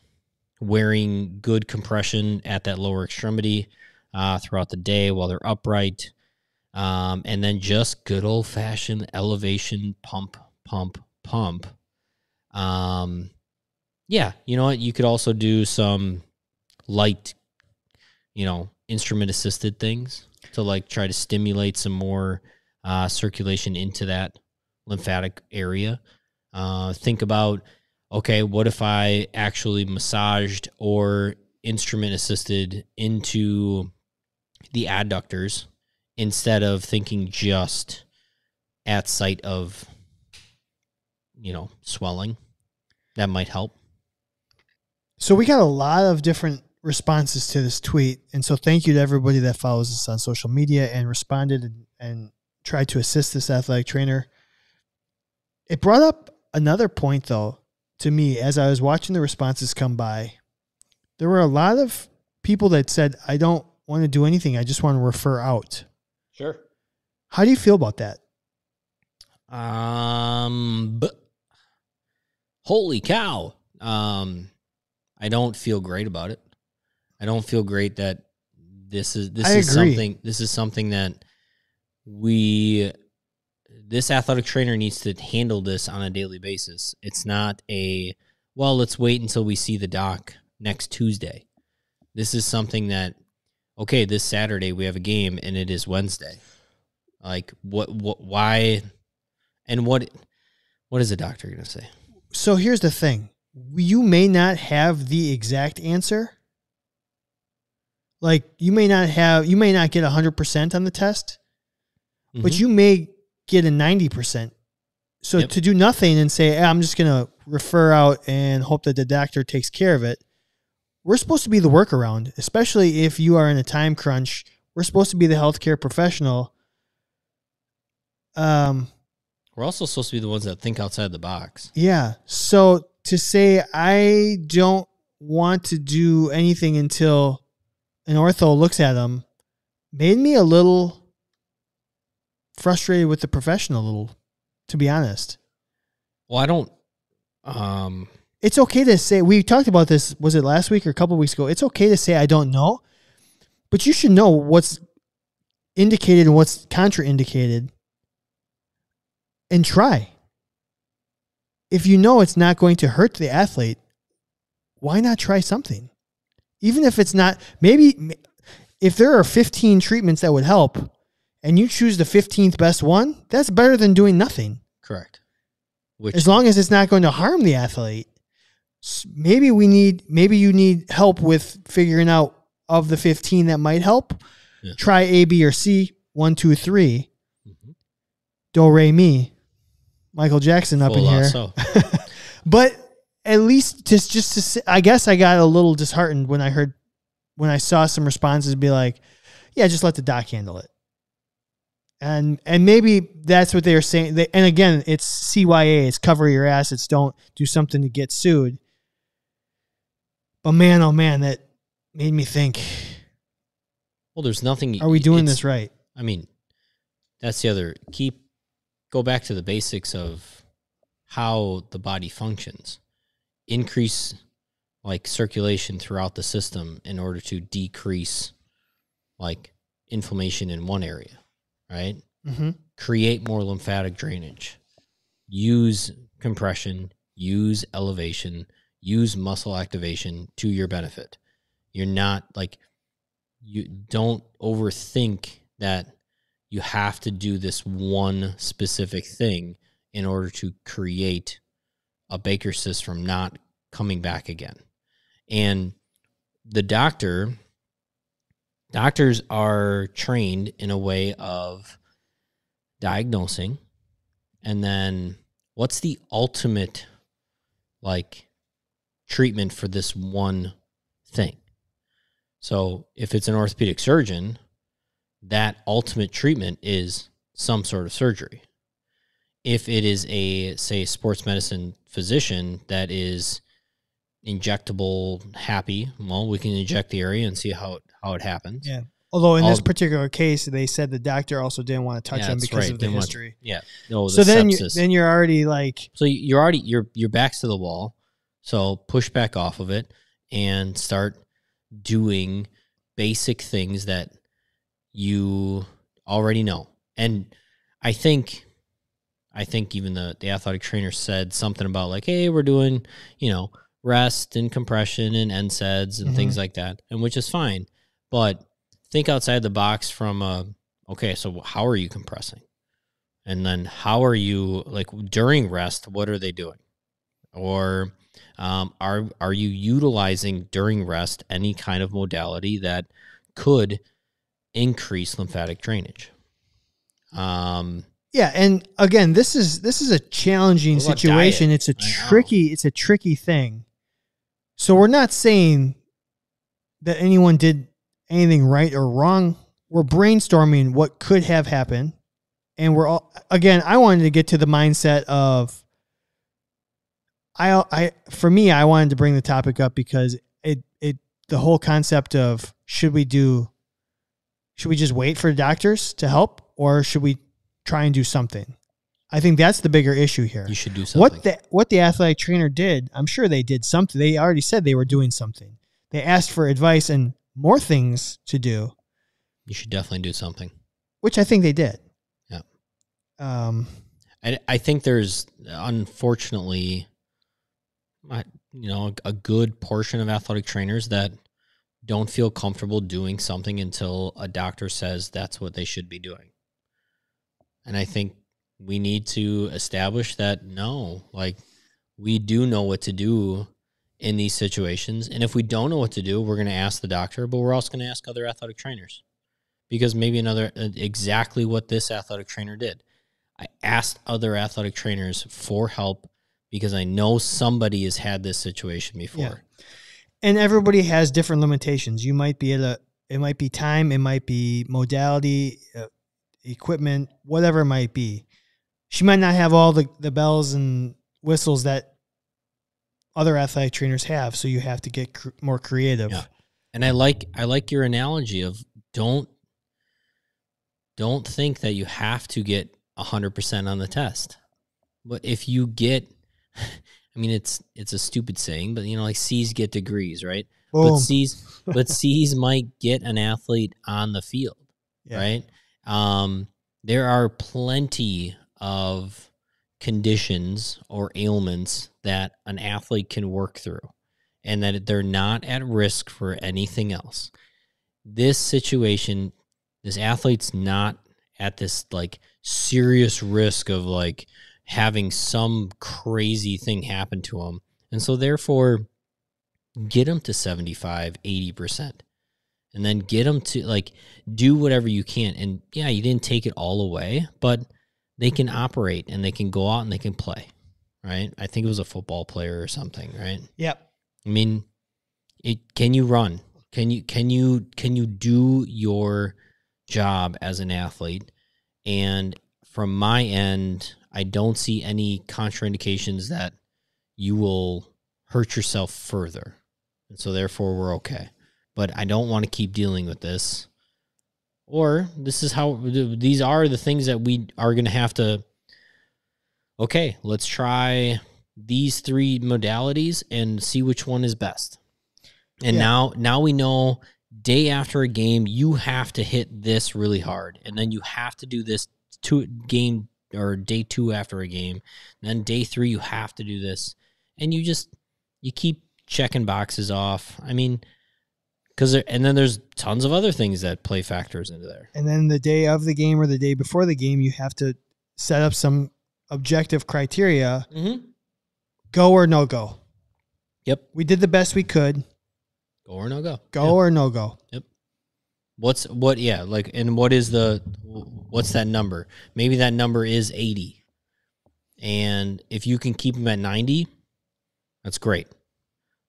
S1: wearing good compression at that lower extremity uh, throughout the day while they're upright. Um, and then just good old fashioned elevation pump, pump, pump. Um, yeah, you know what? You could also do some light, you know, instrument assisted things to like try to stimulate some more uh, circulation into that lymphatic area. Uh, think about, okay, what if I actually massaged or instrument assisted into the adductors instead of thinking just at sight of, you know, swelling? That might help.
S2: So we got a lot of different responses to this tweet, and so thank you to everybody that follows us on social media and responded and, and tried to assist this athletic trainer. It brought up another point though to me as I was watching the responses come by. There were a lot of people that said, "I don't want to do anything. I just want to refer out."
S1: Sure.
S2: How do you feel about that?
S1: Um, but holy cow. Um, I don't feel great about it. I don't feel great that this is this
S2: I
S1: is
S2: agree.
S1: something this is something that we this athletic trainer needs to handle this on a daily basis. It's not a well, let's wait until we see the doc next Tuesday. This is something that okay, this Saturday we have a game and it is Wednesday. Like what what why and what what is the doctor going to say?
S2: So here's the thing: you may not have the exact answer. Like you may not have, you may not get hundred percent on the test. but you may get a 90%. So
S1: Mm-hmm. Yep.
S2: to do nothing and say, "Eh, I'm just going to refer out and hope that the doctor takes care of it, we're supposed to be the workaround, especially if you are in a time crunch. We're supposed to be the healthcare professional. Um,
S1: We're also supposed to be the ones that think outside the box.
S2: yeah. So to say, I don't want to do anything until an ortho looks at them made me a little frustrated with the professional, a little, to be honest.
S1: Well, I don't. Um,
S2: It's okay to say, we talked about this, was it last week or a couple weeks ago? It's okay to say, I don't know, but you should know what's indicated and what's contraindicated and try. If you know it's not going to hurt the athlete, why not try something? Even if it's not, maybe if there are 15 treatments that would help and you choose the 15th best one, that's better than doing nothing
S1: correct. Which
S2: as long as it's not going to harm the athlete s- maybe we need maybe you need help with figuring out of the 15 that might help
S1: Yeah.
S2: try a b or c one two three
S1: mm-hmm.
S2: do re mi michael jackson up
S1: Full
S2: in
S1: out
S2: here
S1: uh, So
S2: but at least just just to say, i guess i got a little disheartened when i heard when i saw some responses be like yeah just let the doc handle it and and maybe that's what they were saying they, and again it's cya it's cover your ass it's don't do something to get sued but man oh man that made me think
S1: well, there's nothing.
S2: are we doing
S1: it's-
S2: this right
S1: I mean, that's the other. Keep go back to the basics of how the body functions. Increase like circulation throughout the system in order to decrease like inflammation in one area, right?
S2: mm-hmm.
S1: create more lymphatic drainage. Use compression, use elevation, use muscle activation to your benefit. You're not like, you don't overthink that you have to do this one specific thing in order to create a Baker cyst from not coming back again. And the doctor, doctors are trained in a way of diagnosing and then what's the ultimate like treatment for this one thing. So if it's an orthopedic surgeon, that ultimate treatment is some sort of surgery. If it is a say sports medicine physician that is injectable happy, well, we can inject the area and see how it, how it happens.
S2: Yeah. Although in this
S1: All-
S2: particular case, they said the doctor also didn't want to touch
S1: Yeah,
S2: them
S1: that's
S2: because
S1: right.
S2: of the
S1: Didn't want-
S2: history.
S1: Yeah. No, the
S2: so then, you,
S1: sepsis.
S2: then you're already like,
S1: so you're already your your back's to the wall. So push back off of it and start doing basic things that you already know. And I think I think even the the athletic trainer said something about like, hey, we're doing, you know, rest and compression and NSAIDs and
S2: Mhm.
S1: things like that, and which is fine. But think outside the box from uh okay, so how are you compressing? And then how are you like during rest, what are they doing? Or um, are are you utilizing during rest any kind of modality that could increase lymphatic drainage? Um,
S2: yeah. And again, this is this is a challenging
S1: What about
S2: situation. It's a
S1: I know.
S2: tricky, it's a tricky thing. So we're not saying that anyone did anything right or wrong. We're brainstorming what could have happened, and we're all again. I wanted to get to the mindset of I, I for me, I wanted to bring the topic up because it it the whole concept of should we do should we just wait for doctors to help or should we try and do something? I think that's the bigger issue here.
S1: you should do something.
S2: What the what the athletic trainer did, I'm sure they did something. They already said they were doing something. They asked for advice and more things to do,
S1: you should definitely do something.
S2: which I think they did.
S1: Yeah.
S2: Um.
S1: I, I think there's unfortunately, I- you know, a good portion of athletic trainers that don't feel comfortable doing something until a doctor says that's what they should be doing. And I think we need to establish that no, like we do know what to do in these situations. And if we don't know what to do, we're going to ask the doctor, but we're also going to ask other athletic trainers because maybe another uh, exactly what this athletic trainer did. I asked other athletic trainers for help because I know somebody has had this situation before.
S2: Yeah. and everybody has different limitations. You might be at a, it might be time, it might be modality, uh, equipment, whatever it might be. She might not have all the, the bells and whistles that other athletic trainers have, so you have to get cr- more creative.
S1: Yeah. And I like I like your analogy of don't don't think that you have to get 100% on the test. But if you get I mean it's it's a stupid saying, but you know like C's get degrees, right?
S2: Boom.
S1: But C's but C's might get an athlete on the field.
S2: Yeah.
S1: right? Um, there are plenty of conditions or ailments that an athlete can work through and that they're not at risk for anything else. This situation, this athlete's not at this like serious risk of like having some crazy thing happen to him. And so therefore get him to 75, 80% and then get them to like do whatever you can. And yeah, you didn't take it all away, but they can operate and they can go out and they can play, right? I think it was a football player or something, right?
S2: Yep.
S1: I mean, it, can you run? Can you can you can you do your job as an athlete? And from my end, I don't see any contraindications that you will hurt yourself further. And so therefore we're okay. But I don't want to keep dealing with this. Or this is how these are the things that we are going to have to okay, let's try these three modalities and see which one is best. And
S2: Yeah.
S1: now now we know day after a game you have to hit this really hard and then you have to do this two game or day two after a game. And then day three, you have to do this, and you just you keep checking boxes off. I mean, because and then there's tons of other things that play factors into there.
S2: And then the day of the game or the day before the game, you have to set up some objective criteria
S1: Mm-hmm.
S2: go or no go.
S1: Yep.
S2: We did the best we could.
S1: Go or no go.
S2: Go
S1: Yeah.
S2: or no go.
S1: What's what? Yeah, like, and what is the what's that number? Maybe that number is eighty, and if you can keep him at ninety, that's great.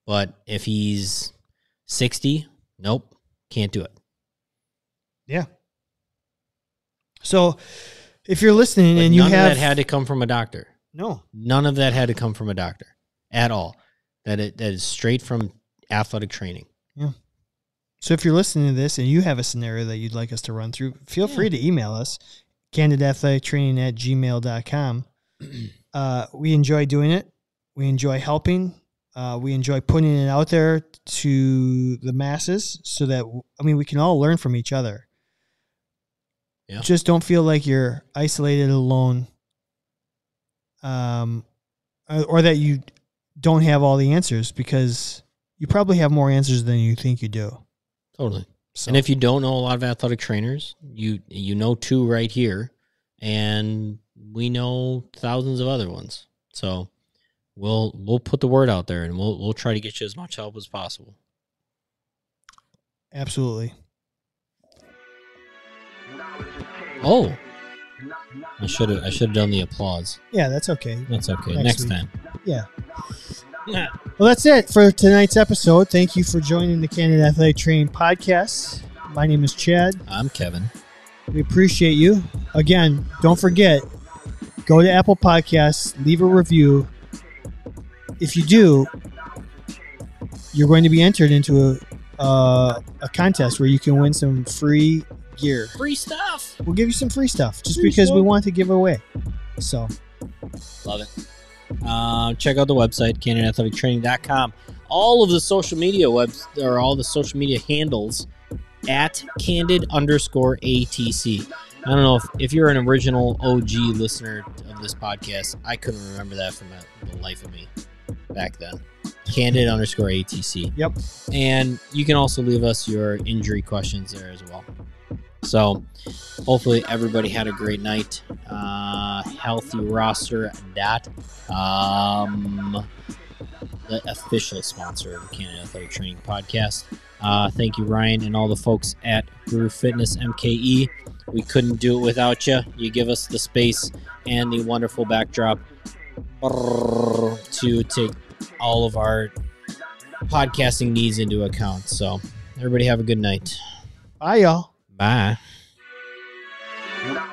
S1: But if he's sixty, nope, can't do it.
S2: So if you're listening
S1: Like,
S2: and you
S1: none
S2: have
S1: of that had to come from a doctor.
S2: no,
S1: None of that had to come from a doctor at all. That it that is straight from athletic training.
S2: So if you're listening to this and you have a scenario that you'd like us to run through, feel
S1: Yeah.
S2: free to email us, candidathletictraining at gmail.com. Uh, we enjoy doing it. We enjoy helping. Uh, we enjoy putting it out there to the masses so that, I mean, we can all learn from each other.
S1: Yeah.
S2: Just don't feel like you're isolated alone um, or or that you don't have all the answers because you probably have more answers than you think you do.
S1: Totally.
S2: So.
S1: And if you don't know a lot of athletic trainers, you you know two right here, and we know thousands of other ones. So we'll we'll put the word out there, and we'll we'll try to get you as much help as possible.
S2: Absolutely.
S1: Oh, I should have I should have done the applause.
S2: Yeah, that's okay.
S1: That's okay.
S2: Next
S1: Next,
S2: week.
S1: time.
S2: Yeah.
S1: Yeah.
S2: Well, that's it for tonight's episode. Thank you for joining the Canada Athletic Training Podcast. My name is Chad.
S1: I'm Kevin.
S2: We appreciate you. Again, don't forget go to Apple Podcasts, leave a review. If you do, you're going to be entered into a, uh, a contest where you can win some free gear.
S1: Free stuff.
S2: We'll give you some free stuff just
S1: Free
S2: because we
S1: stuff.
S2: want to give away. So.
S1: Love it. Uh, check out the website, CanonAthleticTraining.com. All of the social media webs or all the social media handles at candid underscore ATC. I don't know if, if you're an original OG listener of this podcast, I couldn't remember that from the life of me back then. Candid underscore ATC.
S2: Yep.
S1: And you can also leave us your injury questions there as well. So hopefully everybody had a great night. Uh, HealthyRoster.com, um, the official sponsor of the Canada Athletic Training Podcast. Uh, thank you, Ryan, and all the folks at Brew Fitness MKE. We couldn't do it without you. You give us the space and the wonderful backdrop to take all of our podcasting needs into account. So, everybody have a good night.
S2: Bye, y'all.
S1: Bye.
S3: Knock,